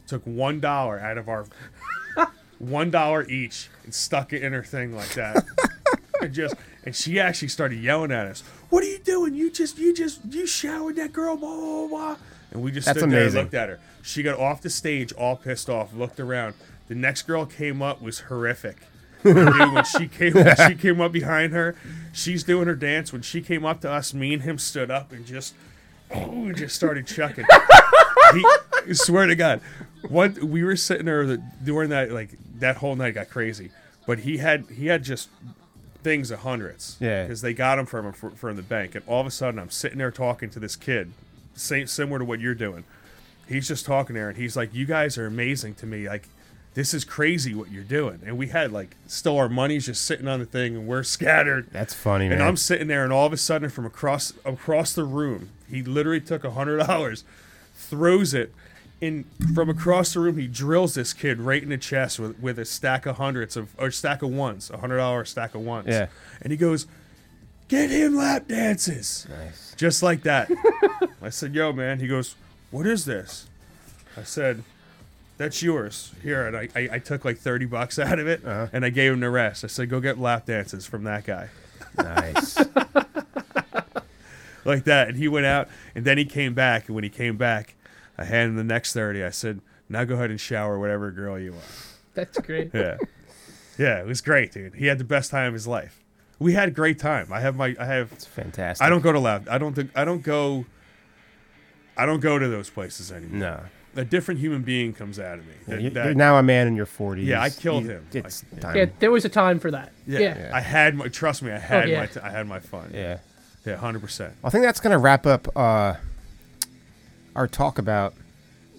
Speaker 5: took one dollar out of our one dollar each, and stuck it in her thing like that. and just and she actually started yelling at us. What are you doing? You just you just you showered that girl, blah blah blah. And we just
Speaker 3: That's
Speaker 5: stood there and
Speaker 3: amazing.
Speaker 5: looked at her. She got off the stage, all pissed off, looked around. The next girl came up was horrific. Dude, when she came when she came up behind her, she's doing her dance. When she came up to us, me and him stood up and just we just started chucking. he, I swear to God, what we were sitting there the, during that like that whole night got crazy. But he had he had just things of hundreds,
Speaker 3: Yeah.
Speaker 5: because they got him from him fr- from the bank. And all of a sudden, I'm sitting there talking to this kid, same similar to what you're doing. He's just talking there, and he's like, "You guys are amazing to me. Like, this is crazy what you're doing." And we had like still our money's just sitting on the thing, and we're scattered.
Speaker 3: That's funny, man.
Speaker 5: And I'm sitting there, and all of a sudden, from across across the room, he literally took a hundred dollars, throws it, and from across the room, he drills this kid right in the chest with, with a stack of hundreds of or stack of ones, a hundred dollar stack of ones.
Speaker 3: Yeah.
Speaker 5: And he goes, "Get him lap dances."
Speaker 3: Nice.
Speaker 5: Just like that. I said, "Yo, man." He goes, "What is this?" I said, "That's yours." Here, and I, I, I took like thirty bucks out of it, and I gave him the rest. I said, "Go get lap dances from that guy."
Speaker 3: nice.
Speaker 5: like that. And he went out, and then he came back. And when he came back, I handed him the next thirty. I said, "Now go ahead and shower whatever girl you want."
Speaker 4: That's great.
Speaker 5: Yeah, yeah, it was great, dude. He had the best time of his life. We had a great time. I have my, I have,
Speaker 3: It's fantastic.
Speaker 5: I don't go to loud. I don't think I don't go. I don't go to those places anymore.
Speaker 3: No.
Speaker 5: A different human being comes out of me. That-
Speaker 3: You're,
Speaker 5: that-
Speaker 3: you're now a man in your 40s.
Speaker 5: Yeah, I killed him.
Speaker 3: It's time.
Speaker 4: Yeah, there was a time for that. Yeah. Oh,
Speaker 5: I had my. Trust me, I had
Speaker 4: yeah.
Speaker 5: my. T- I had my fun.
Speaker 3: yeah.
Speaker 5: yeah, hundred percent.
Speaker 3: I think that's going to wrap up uh, our talk about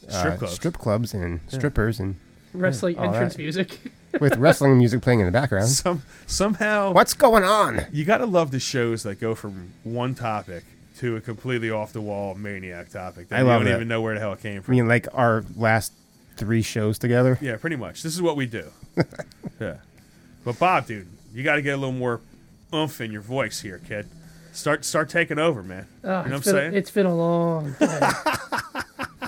Speaker 5: Strip
Speaker 3: uh,
Speaker 5: clubs.
Speaker 3: strip clubs and strippers and
Speaker 4: Wrestling
Speaker 3: all
Speaker 4: entrance
Speaker 3: that.
Speaker 4: music.
Speaker 3: with wrestling music playing in the background.
Speaker 5: Some somehow.
Speaker 3: What's going on?
Speaker 5: you gotta love the shows that go from one topic to a completely off the wall maniac topic that
Speaker 3: I
Speaker 5: you
Speaker 3: love
Speaker 5: don't
Speaker 3: that.
Speaker 5: even know where the hell it came
Speaker 3: I
Speaker 5: from.
Speaker 3: mean, like our last three shows together.
Speaker 5: Yeah, pretty much. This is what we do. yeah. But Bob, dude, you gotta get a little more oomph in your voice here, kid. Start start taking over, man.
Speaker 4: Oh,
Speaker 5: you know what I'm
Speaker 4: it's been-
Speaker 5: saying?
Speaker 4: It's been a long time.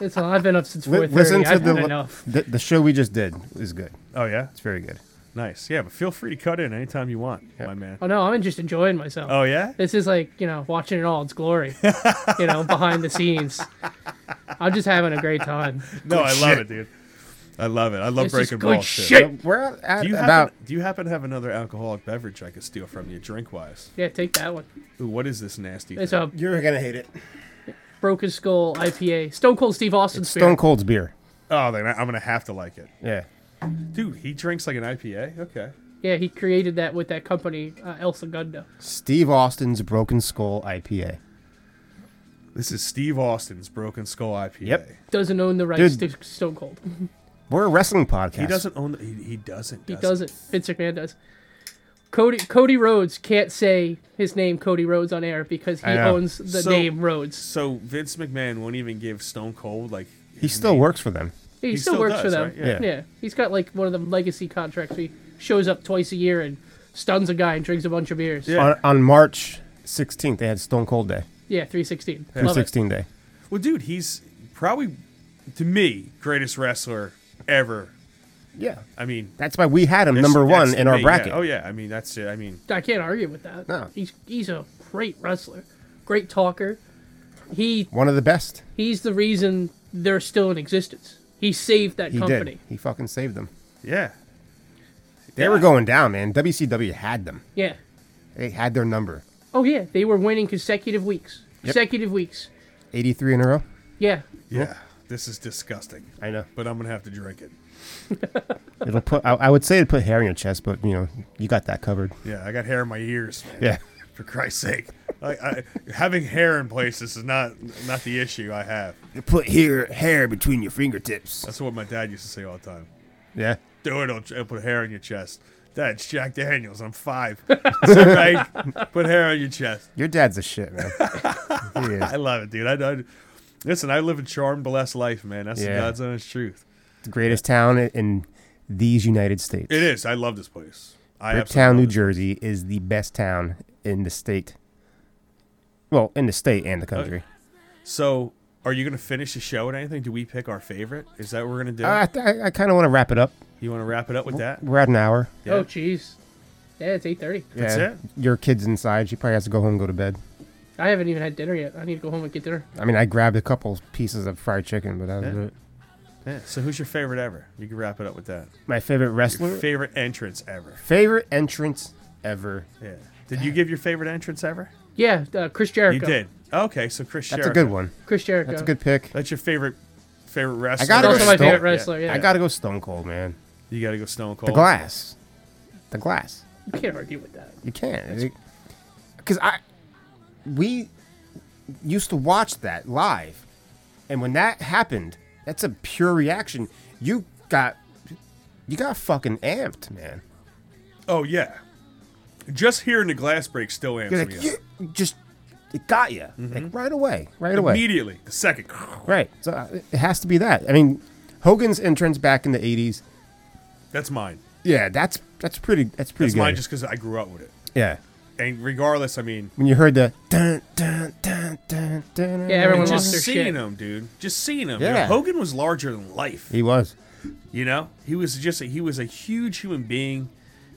Speaker 4: it's a, I've been up since
Speaker 3: Li-
Speaker 4: 4.30.
Speaker 3: listen to
Speaker 4: I've
Speaker 3: the,
Speaker 4: had enough.
Speaker 3: the the show we just did is good.
Speaker 5: oh yeah?
Speaker 3: It's very good.
Speaker 5: Nice. Yeah, but feel free to cut in anytime you want, my man.
Speaker 4: Oh, no, I'm just enjoying myself.
Speaker 5: Oh yeah?
Speaker 4: This is like, you know, watching it all its glory, you know, behind the scenes. I'm just having a great time.
Speaker 5: No, I love it, dude. I love it. I love
Speaker 4: This is
Speaker 5: breaking
Speaker 4: good
Speaker 5: balls
Speaker 4: shit.
Speaker 5: too.
Speaker 3: So we're at, at
Speaker 5: Do you,
Speaker 3: about
Speaker 5: happen, do you happen to have another alcoholic beverage I could steal from you, drink wise?
Speaker 4: Yeah, take that one.
Speaker 5: Ooh, what is this nasty?
Speaker 4: It's
Speaker 5: thing?
Speaker 4: a
Speaker 3: you're gonna hate it.
Speaker 4: Broken Skull IPA. Stone Cold Steve Austin beer.
Speaker 3: Stone Cold's beer.
Speaker 5: Oh, then I- I'm gonna have to like it,
Speaker 3: Yeah,
Speaker 5: dude. He drinks like an IPA. Okay.
Speaker 4: Yeah, he created that with that company, uh, El Segundo.
Speaker 3: Steve Austin's Broken Skull IPA.
Speaker 5: This is Steve Austin's Broken Skull IPA.
Speaker 3: Yep.
Speaker 4: Doesn't own the rights
Speaker 3: Dude.
Speaker 4: to Stone Cold.
Speaker 3: We're a wrestling podcast.
Speaker 5: He doesn't own. The, he, he doesn't.
Speaker 4: He doesn't. Vince McMahon does. Cody Cody Rhodes can't say his name Cody Rhodes on air because he
Speaker 3: I know.
Speaker 4: owns the
Speaker 5: So-
Speaker 4: name Rhodes.
Speaker 5: So Vince McMahon won't even give Stone Cold like.
Speaker 3: He still works for them.
Speaker 4: He,
Speaker 5: he
Speaker 4: still,
Speaker 5: still
Speaker 4: works
Speaker 5: does,
Speaker 4: for them.
Speaker 5: right?
Speaker 4: Yeah.
Speaker 3: Yeah.
Speaker 4: he's got like one of them legacy contracts. Where he shows up twice a year and stuns a guy and drinks a bunch of beers.
Speaker 5: Yeah.
Speaker 3: On, on March 16th, they had Stone Cold Day,
Speaker 4: yeah three sixteen.
Speaker 3: Three
Speaker 4: Love it.
Speaker 3: Sixteen Day.
Speaker 5: Well, dude, he's probably to me greatest wrestler ever.
Speaker 3: Yeah,
Speaker 5: I mean,
Speaker 3: that's why we had him
Speaker 5: that's-
Speaker 3: number
Speaker 5: that's
Speaker 3: one in
Speaker 5: to
Speaker 3: our
Speaker 5: me, yeah.
Speaker 3: bracket.
Speaker 5: Oh yeah, I mean that's it. I mean,
Speaker 4: I can't argue with that.
Speaker 3: No.
Speaker 4: He's he's a great wrestler, great talker, He
Speaker 3: One of the best.
Speaker 4: he's the reason they're still in existence. He saved that
Speaker 3: He
Speaker 4: company.
Speaker 3: did. He fucking saved them.
Speaker 5: Yeah.
Speaker 3: They were going down, man. WCW had them.
Speaker 4: Yeah.
Speaker 3: They had their number.
Speaker 4: Oh yeah, they were winning consecutive weeks. Consecutive weeks.
Speaker 3: 83 in a row.
Speaker 4: Yeah.
Speaker 5: Yeah. This is disgusting.
Speaker 3: I know.
Speaker 5: But I'm gonna have to drink it.
Speaker 3: It'll put. I, I would say it'd put hair on your chest, but you know, you got that covered.
Speaker 5: Yeah, I got hair in my ears. man.
Speaker 3: Yeah.
Speaker 5: For Christ's sake. I, I, having hair in places is not not the issue I have.
Speaker 3: Put hair hair between your fingertips.
Speaker 5: That's what my dad used to say all the time.
Speaker 3: Yeah.
Speaker 5: Do it, it'll, it'll put hair on your chest. Dad, it's Jack Daniels. I'm five. It's all right. Put hair on your chest.
Speaker 3: Your dad's a shit, man. he is.
Speaker 5: I love it, dude. I, I listen. I live a charmed, blessed life, man. That's
Speaker 3: Yeah.
Speaker 5: the God's honest truth.
Speaker 3: the greatest town in- in these United States.
Speaker 5: It is. I love this place. I absolutely
Speaker 3: Bricktown,
Speaker 5: love
Speaker 3: New
Speaker 5: this
Speaker 3: Jersey is the best town in the state. Well, in the state and the country.
Speaker 5: So, are you gonna finish the show with anything? Do we pick our favorite? Is that what we're gonna do?
Speaker 3: I, I, I kind of want to wrap it up.
Speaker 5: you want to wrap it up with that?
Speaker 3: We're at an hour.
Speaker 5: Yeah.
Speaker 4: Oh jeez. Yeah, it's eight thirty.
Speaker 5: That's
Speaker 3: Yeah,
Speaker 5: it.
Speaker 3: Your kid's inside. She probably has to go home and go to bed.
Speaker 4: I haven't even had dinner yet. I need to go home and get dinner.
Speaker 3: I mean, I grabbed a couple pieces of fried chicken, but that was
Speaker 5: Yeah.
Speaker 3: it.
Speaker 5: Yeah. So, who's your favorite ever? You can wrap it up with that.
Speaker 3: My favorite wrestler.
Speaker 5: Your favorite entrance ever.
Speaker 3: favorite entrance ever.
Speaker 5: Yeah. Did you give your favorite entrance ever?
Speaker 4: Yeah, uh, Chris Jericho.
Speaker 5: You did. Okay, so Chris.
Speaker 3: That's
Speaker 5: Jericho.
Speaker 3: a good one.
Speaker 4: Chris Jericho.
Speaker 3: That's a good pick.
Speaker 5: That's your favorite favorite wrestler.
Speaker 4: He's
Speaker 3: gotta
Speaker 4: also
Speaker 3: go
Speaker 4: my
Speaker 3: Stone-
Speaker 4: favorite wrestler. Yeah.
Speaker 3: I gotta go Stone Cold, man.
Speaker 5: You gotta go Stone Cold.
Speaker 3: The glass. The glass.
Speaker 4: You can't argue with that.
Speaker 3: You can't. Because I, we used to watch that live, and when that happened, that's a pure reaction. You got, you got fucking amped, man.
Speaker 5: Oh yeah. Just hearing the glass break still amps
Speaker 3: You're
Speaker 5: me
Speaker 3: like,
Speaker 5: up.
Speaker 3: you just, it got you like right away, right away,
Speaker 5: Immediately, Mm-hmm. the second.
Speaker 3: right. So uh, it has to be that. I mean, Hogan's entrance back in the '80s.
Speaker 5: That's mine.
Speaker 3: Yeah, that's that's pretty. That's pretty
Speaker 5: That's
Speaker 3: good.
Speaker 5: mine just because I grew up with it.
Speaker 3: yeah.
Speaker 5: And regardless, I mean,
Speaker 3: When you heard the dun dun dun dun dun,
Speaker 4: Yeah, everyone
Speaker 3: dun,
Speaker 4: lost
Speaker 5: just
Speaker 4: their
Speaker 5: seeing
Speaker 4: shit.
Speaker 5: him, dude. Just seeing him. you
Speaker 3: Yeah.
Speaker 5: know, Hogan was larger than life.
Speaker 3: He was.
Speaker 5: You know, he was just a, he was a huge human being.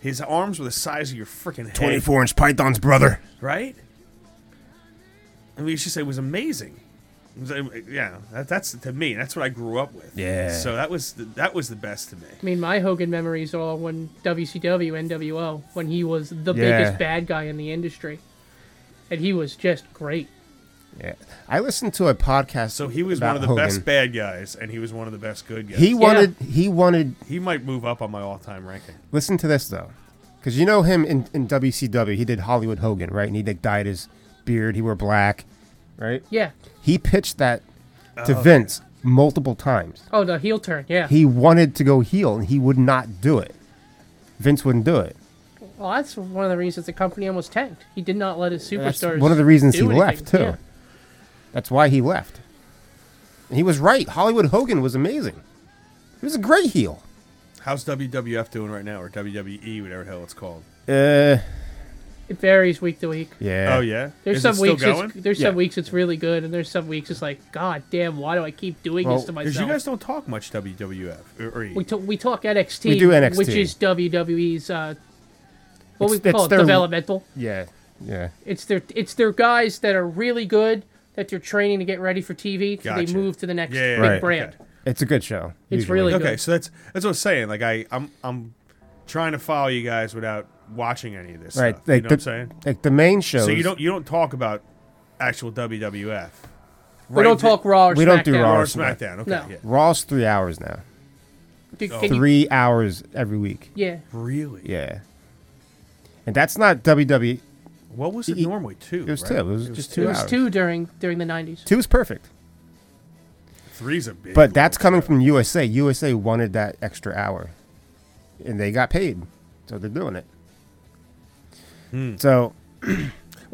Speaker 5: His arms were the size of your freaking head.
Speaker 3: inch pythons, brother.
Speaker 5: right? I mean, it's just it was amazing. It was, uh, yeah, that, that's to me. That's what I grew up with.
Speaker 3: Yeah.
Speaker 5: So that was the, that was the best to me.
Speaker 4: I mean, my Hogan memories are when WCW, NWO, when he was the
Speaker 3: Yeah.
Speaker 4: biggest bad guy in the industry, and he was just great.
Speaker 3: Yeah. I listened to a podcast.
Speaker 5: So he was
Speaker 3: about
Speaker 5: one of the
Speaker 3: Hogan.
Speaker 5: best bad guys, and he was one of the best good guys.
Speaker 3: He wanted. He wanted.
Speaker 5: he might move up on my all time ranking.
Speaker 3: Listen to this though, because you know him in, in WCW. He did Hollywood Hogan, right? And he like, dyed his beard. He wore black, right?
Speaker 4: Yeah.
Speaker 3: He pitched that to
Speaker 5: Oh.
Speaker 3: Vince multiple times.
Speaker 4: Oh, the heel turn. Yeah.
Speaker 3: He wanted to go heel, and he would not do it. Vince wouldn't do it.
Speaker 4: well, that's one of the reasons the company almost tanked. He did not let his
Speaker 3: That's
Speaker 4: superstars.
Speaker 3: one of the reasons he
Speaker 4: do anything.
Speaker 3: left too.
Speaker 4: Yeah.
Speaker 3: That's why he left. And he was right. Hollywood Hogan was amazing. He was a great heel.
Speaker 5: How's WWF doing right now, or WWE, whatever the hell it's called?
Speaker 3: Uh,
Speaker 4: It varies week to week.
Speaker 3: yeah.
Speaker 5: Oh yeah,
Speaker 4: There's
Speaker 5: Is
Speaker 4: some
Speaker 5: it still
Speaker 4: weeks.
Speaker 5: going?
Speaker 4: It's, there's
Speaker 3: Yeah.
Speaker 4: some weeks it's really good, and there's some weeks it's like, God damn, why do I keep doing
Speaker 3: Well,
Speaker 4: this to
Speaker 5: 'Cause
Speaker 4: myself?
Speaker 5: you guys don't talk much WWF or, or E.
Speaker 4: we, t- we talk NXT,
Speaker 3: We do NXT.
Speaker 4: which is WWE's uh, what
Speaker 3: It's-
Speaker 4: we
Speaker 3: it's
Speaker 4: call it,
Speaker 3: their-
Speaker 4: developmental.
Speaker 3: Yeah. Yeah.
Speaker 4: It's their it's their guys that are really good that they're training to get ready for TV. so
Speaker 5: Gotcha.
Speaker 4: They move to the next
Speaker 5: Yeah, yeah,
Speaker 4: big
Speaker 5: yeah, okay.
Speaker 4: brand.
Speaker 3: It's a good show.
Speaker 4: It's
Speaker 3: usually.
Speaker 4: really-
Speaker 5: Okay,
Speaker 4: good.
Speaker 5: so that's that's what I'm saying. Like I, I'm I'm trying to follow you guys without watching any of this.
Speaker 3: right.
Speaker 5: Stuff,
Speaker 3: Like
Speaker 5: you know
Speaker 3: the,
Speaker 5: what I'm saying?
Speaker 3: Like the main shows.
Speaker 5: So you don't you don't talk about actual WWF.
Speaker 4: We don't talk Raw or
Speaker 3: We
Speaker 4: SmackDown.
Speaker 3: don't do Raw
Speaker 5: Raw
Speaker 3: or
Speaker 5: or SmackDown. Okay,
Speaker 4: No.
Speaker 5: yeah.
Speaker 3: Raw's three hours now.
Speaker 4: Dude,
Speaker 5: Oh.
Speaker 4: can you-
Speaker 3: Three hours every week.
Speaker 4: yeah,
Speaker 5: Really?
Speaker 3: Yeah. And that's not WWE.
Speaker 5: What was it
Speaker 3: E-
Speaker 5: normally two?
Speaker 3: It was
Speaker 5: right?
Speaker 3: two. It was just two
Speaker 4: it
Speaker 3: hours.
Speaker 4: was two during during the nineties.
Speaker 3: Two is perfect.
Speaker 5: Three's a big.
Speaker 3: But that's
Speaker 5: one.
Speaker 3: coming from USA. USA wanted that extra hour, and they got paid, so they're doing it. So
Speaker 5: Well,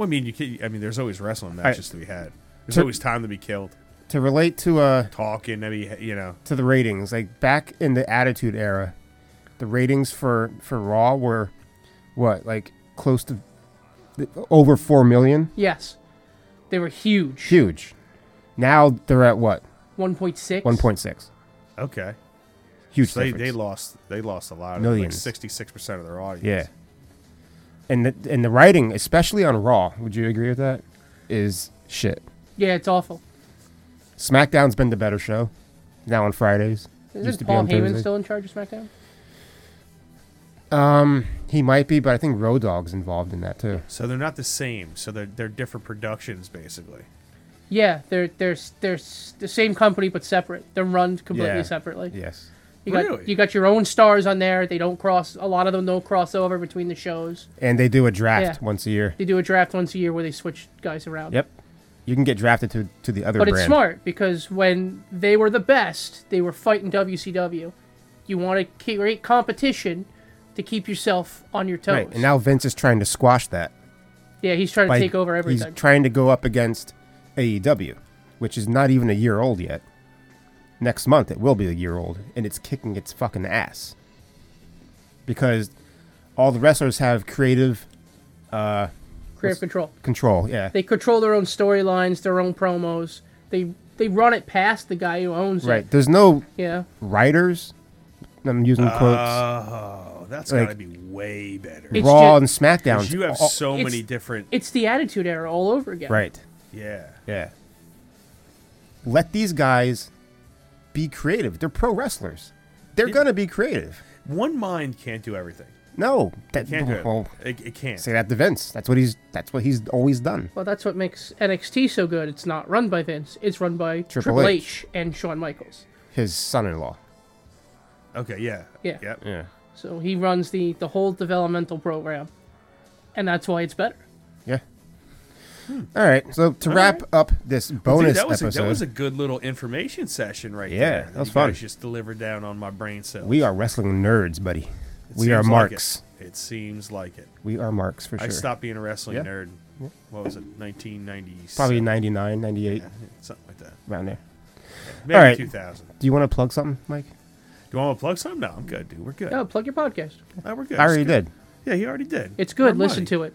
Speaker 5: I mean, you can, I mean, there's always wrestling
Speaker 3: right.
Speaker 5: matches to be had. There's
Speaker 3: Tur-
Speaker 5: always time to be killed.
Speaker 3: to relate to uh
Speaker 5: Talking, I mean, you know,
Speaker 3: to the ratings, like back in the Attitude Era, the ratings for for Raw were what like close to over four million,
Speaker 4: Yes, they were huge.
Speaker 3: huge. Now they're at what
Speaker 4: One point six.
Speaker 3: one point six,
Speaker 5: okay.
Speaker 3: huge
Speaker 5: So they,
Speaker 3: difference.
Speaker 5: they lost they lost a lot.
Speaker 3: Millions.
Speaker 5: Sixty six percent of their audience.
Speaker 3: Yeah. And the, and the writing, especially on Raw, would you agree with that? Is shit.
Speaker 4: Yeah, it's awful.
Speaker 3: SmackDown's been the better show. Now on Fridays. Used to
Speaker 4: Isn't
Speaker 3: be
Speaker 4: Paul
Speaker 3: on
Speaker 4: Heyman
Speaker 3: Thursday.
Speaker 4: still in charge of SmackDown?
Speaker 3: He might be, but I think Road Dogg's involved in that too.
Speaker 5: So they're not the same. So they're they're different productions basically.
Speaker 4: Yeah, they're they're s- they're s- the same company but separate. They're run completely
Speaker 3: Yeah.
Speaker 4: separately.
Speaker 3: Yes.
Speaker 4: You got
Speaker 5: Really?
Speaker 4: you got your own stars on there. They don't cross. A lot of them don't cross over between the shows.
Speaker 3: And they do a draft
Speaker 4: Yeah.
Speaker 3: once a year.
Speaker 4: They do a draft once a year where they switch guys around.
Speaker 3: Yep. You can get drafted to, to the other
Speaker 4: But
Speaker 3: brand.
Speaker 4: it's smart because when they were the best, they were fighting WCW. You want to create competition to keep yourself on your toes.
Speaker 3: Right. And now Vince is trying to squash that.
Speaker 4: yeah, he's trying to
Speaker 3: by-
Speaker 4: take over everything.
Speaker 3: He's trying to go up against AEW, which is not even a year old yet. Next month it will be a year old, and it's kicking its fucking ass. Because all the wrestlers have creative
Speaker 4: Creative control.
Speaker 3: control. Yeah.
Speaker 4: They control their own storylines, their own promos. They they run it past the guy who owns
Speaker 3: right.
Speaker 4: it.
Speaker 3: There's no
Speaker 4: Yeah.
Speaker 3: writers. I'm using
Speaker 5: Uh,
Speaker 3: quotes.
Speaker 5: Oh, that's
Speaker 3: Like-
Speaker 5: gotta be way better.
Speaker 4: It's
Speaker 3: Raw
Speaker 4: ju-
Speaker 3: and
Speaker 5: 'Cause
Speaker 3: SmackDown.
Speaker 5: you have
Speaker 3: all-
Speaker 5: so
Speaker 4: it's-
Speaker 5: many different.
Speaker 4: It's the Attitude Era all over again.
Speaker 3: right.
Speaker 5: Yeah.
Speaker 3: Yeah. Let these guys be creative. They're pro wrestlers. They're gonna be creative.
Speaker 5: One mind can't do everything.
Speaker 3: No, that
Speaker 5: Can't do it.
Speaker 3: well,
Speaker 5: It, it can't.
Speaker 3: say that to Vince. That's what he's. That's what he's always done.
Speaker 4: Well, that's what makes NXT so good. It's not run by Vince. It's run by Triple,
Speaker 3: Triple
Speaker 4: H. and Shawn Michaels.
Speaker 3: His son-in-law.
Speaker 5: Okay. Yeah.
Speaker 4: Yeah.
Speaker 5: Yep.
Speaker 3: Yeah.
Speaker 4: So he runs the the whole developmental program, and that's why it's better.
Speaker 3: Yeah. All right. So to wrap up this bonus
Speaker 5: Dude, that was
Speaker 3: episode,
Speaker 5: A, that was a good little information session right
Speaker 3: Yeah,
Speaker 5: there.
Speaker 3: that was
Speaker 5: you
Speaker 3: fun.
Speaker 5: guys just delivered down on my brain cells.
Speaker 3: we are wrestling nerds, buddy.
Speaker 5: It
Speaker 3: we are
Speaker 5: seems like it.
Speaker 3: marks.
Speaker 5: It. seems like it.
Speaker 3: We are marks for sure.
Speaker 5: I stopped being a wrestling
Speaker 3: Yeah.
Speaker 5: nerd. What was it? 1990s.
Speaker 3: probably 99, 98,
Speaker 5: something like that.
Speaker 3: around there.
Speaker 5: Maybe
Speaker 3: right.
Speaker 5: 2000.
Speaker 3: Do you want to plug something, Mike?
Speaker 5: Do you want to plug something? No, I'm good, dude. We're good.
Speaker 4: No, Oh, plug your podcast.
Speaker 5: No, we're good.
Speaker 3: I already
Speaker 5: It's good.
Speaker 3: did.
Speaker 5: Yeah, he already did.
Speaker 4: It's good.
Speaker 5: We're
Speaker 4: Listen
Speaker 5: money.
Speaker 4: to it.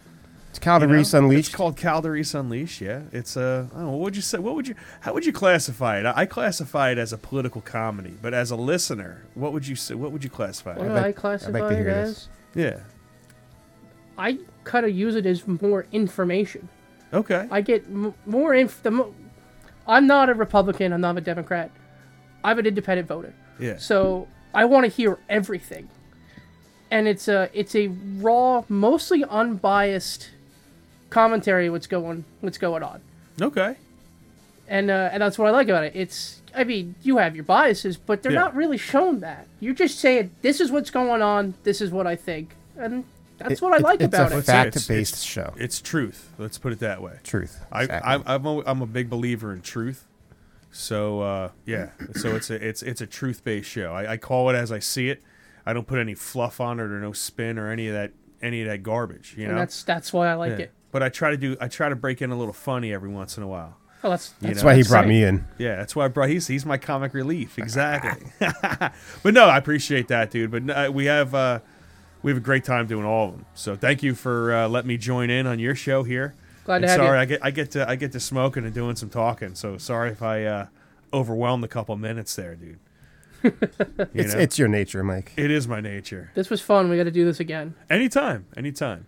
Speaker 3: It's Calgary
Speaker 5: know?
Speaker 3: Reese Unleashed.
Speaker 5: It's called Calderese Unleashed. Yeah, it's uh, I don't know, what would you say? What would you? How would you classify it? I, I classify it as a political comedy, but as a listener, what would you say? What would you classify
Speaker 4: What
Speaker 5: it?
Speaker 4: do
Speaker 3: like-
Speaker 4: I
Speaker 3: I'd like to
Speaker 4: classify it
Speaker 3: hear
Speaker 4: as?
Speaker 3: this.
Speaker 5: Yeah.
Speaker 4: I kind of use it as more information.
Speaker 5: Okay.
Speaker 4: I get m- more inf. The mo- I'm not a Republican. I'm not a Democrat. I'm an independent voter.
Speaker 5: yeah.
Speaker 4: So I want to hear everything. And it's a it's a raw, mostly unbiased commentary of what's going what's going on.
Speaker 5: okay.
Speaker 4: And uh, and that's what I like about it. It's I mean, you have your biases, but they're
Speaker 5: Yeah.
Speaker 4: not really shown that. You're just saying this is what's going on, this is what I think. And that's what I
Speaker 3: It-
Speaker 4: like
Speaker 3: it's
Speaker 4: about
Speaker 3: a
Speaker 4: it.
Speaker 5: Let's hear it.
Speaker 3: Fact-based
Speaker 5: It's- it's-
Speaker 3: show.
Speaker 5: It's truth. Let's put it that way.
Speaker 3: Truth.
Speaker 5: I,
Speaker 3: Exactly.
Speaker 5: I, I'm, a, I'm a big believer in truth. So uh, yeah, so it's a it's it's a truth based show. I, I call it as I see it. I don't put any fluff on it or no spin or any of that any of that garbage. You
Speaker 4: And
Speaker 5: know.
Speaker 4: that's that's why I like
Speaker 5: Yeah.
Speaker 4: it.
Speaker 5: But I try to do I try to break in a little funny every once in a while.
Speaker 4: Oh, that's that's,
Speaker 3: That's why he
Speaker 4: that's
Speaker 3: brought
Speaker 4: it.
Speaker 3: me in.
Speaker 5: Yeah, that's why I brought he's he's my comic relief exactly. but no, I appreciate that, dude. But uh, we have uh, we have a great time doing all of them. So thank you for uh, letting me join in on your show here.
Speaker 4: Glad to
Speaker 5: And
Speaker 4: have
Speaker 5: sorry,
Speaker 4: you.
Speaker 5: I get I get to I get to smoking and doing some talking. So sorry if I uh, overwhelmed a couple minutes there, dude. You
Speaker 3: It's,
Speaker 5: know?
Speaker 3: it's your nature, Mike.
Speaker 5: it is my nature.
Speaker 4: This was fun. We got to do this again.
Speaker 5: Anytime, anytime,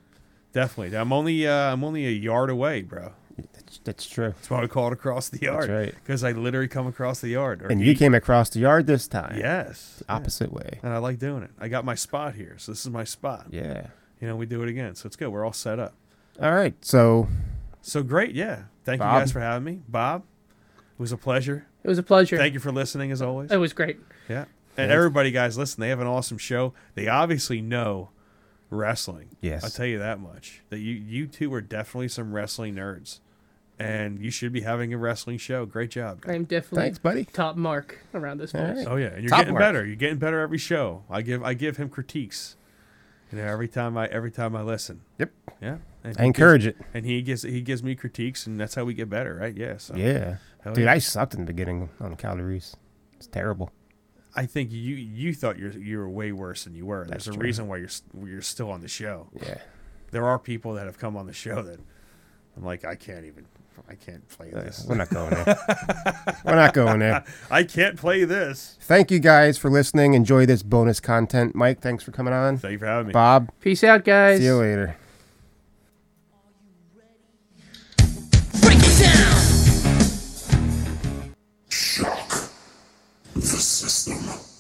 Speaker 5: definitely. I'm only uh, I'm only a yard away, bro.
Speaker 3: That's, that's true.
Speaker 5: That's why we call it across the yard.
Speaker 3: right.
Speaker 5: Because I literally come across the yard. Or
Speaker 3: And you
Speaker 5: eat.
Speaker 3: came across the yard this time.
Speaker 5: Yes.
Speaker 3: Opposite way.
Speaker 5: And I like doing it. I got my spot here, so this is my spot.
Speaker 3: Yeah.
Speaker 5: You know, we do it again, so it's good. We're all set up.
Speaker 3: All right. So
Speaker 5: So great, yeah. Thank you
Speaker 3: Bob?
Speaker 5: guys for having me, Bob. It was a pleasure.
Speaker 4: It was a pleasure.
Speaker 5: Thank you for listening, as always.
Speaker 3: Oh.
Speaker 4: It was great.
Speaker 5: Yeah. And everybody, guys, listen. They have an awesome show. They obviously know wrestling.
Speaker 3: Yes.
Speaker 5: I'll tell you that much. That you you two are definitely some wrestling nerds, and you should be having a wrestling show. Great job, guys.
Speaker 4: I am definitely
Speaker 3: thanks, buddy.
Speaker 4: top mark around this
Speaker 3: All
Speaker 4: place.
Speaker 3: right.
Speaker 5: Oh yeah, and you're
Speaker 3: Top
Speaker 5: getting
Speaker 3: mark.
Speaker 5: better. You're getting better every show. I give I give him critiques. You know, every time I every time I listen.
Speaker 3: Yep.
Speaker 5: Yeah. And
Speaker 3: I
Speaker 5: he
Speaker 3: encourage
Speaker 5: gives-
Speaker 3: it.
Speaker 5: And he gives he gives me critiques and that's how we get better, right? Yeah. So
Speaker 3: Yeah.
Speaker 5: Hell
Speaker 3: Dude,
Speaker 5: yeah.
Speaker 3: I sucked in the beginning on calories. It's terrible.
Speaker 5: I think you you thought you're you were way worse than you were. There's
Speaker 3: That's
Speaker 5: a
Speaker 3: true.
Speaker 5: reason why you're s- why you're still on the show.
Speaker 3: Yeah.
Speaker 5: There are people that have come on the show that I'm like I can't even I can't play
Speaker 3: Uh,
Speaker 5: this.
Speaker 3: We're not going there. We're not going there.
Speaker 5: I can't play this.
Speaker 3: Thank you guys for listening. Enjoy this bonus content. Mike, thanks for coming on.
Speaker 5: Thank you for having me.
Speaker 3: Bob,
Speaker 4: Peace out, guys.
Speaker 3: see you later.
Speaker 1: Break it down.
Speaker 7: system.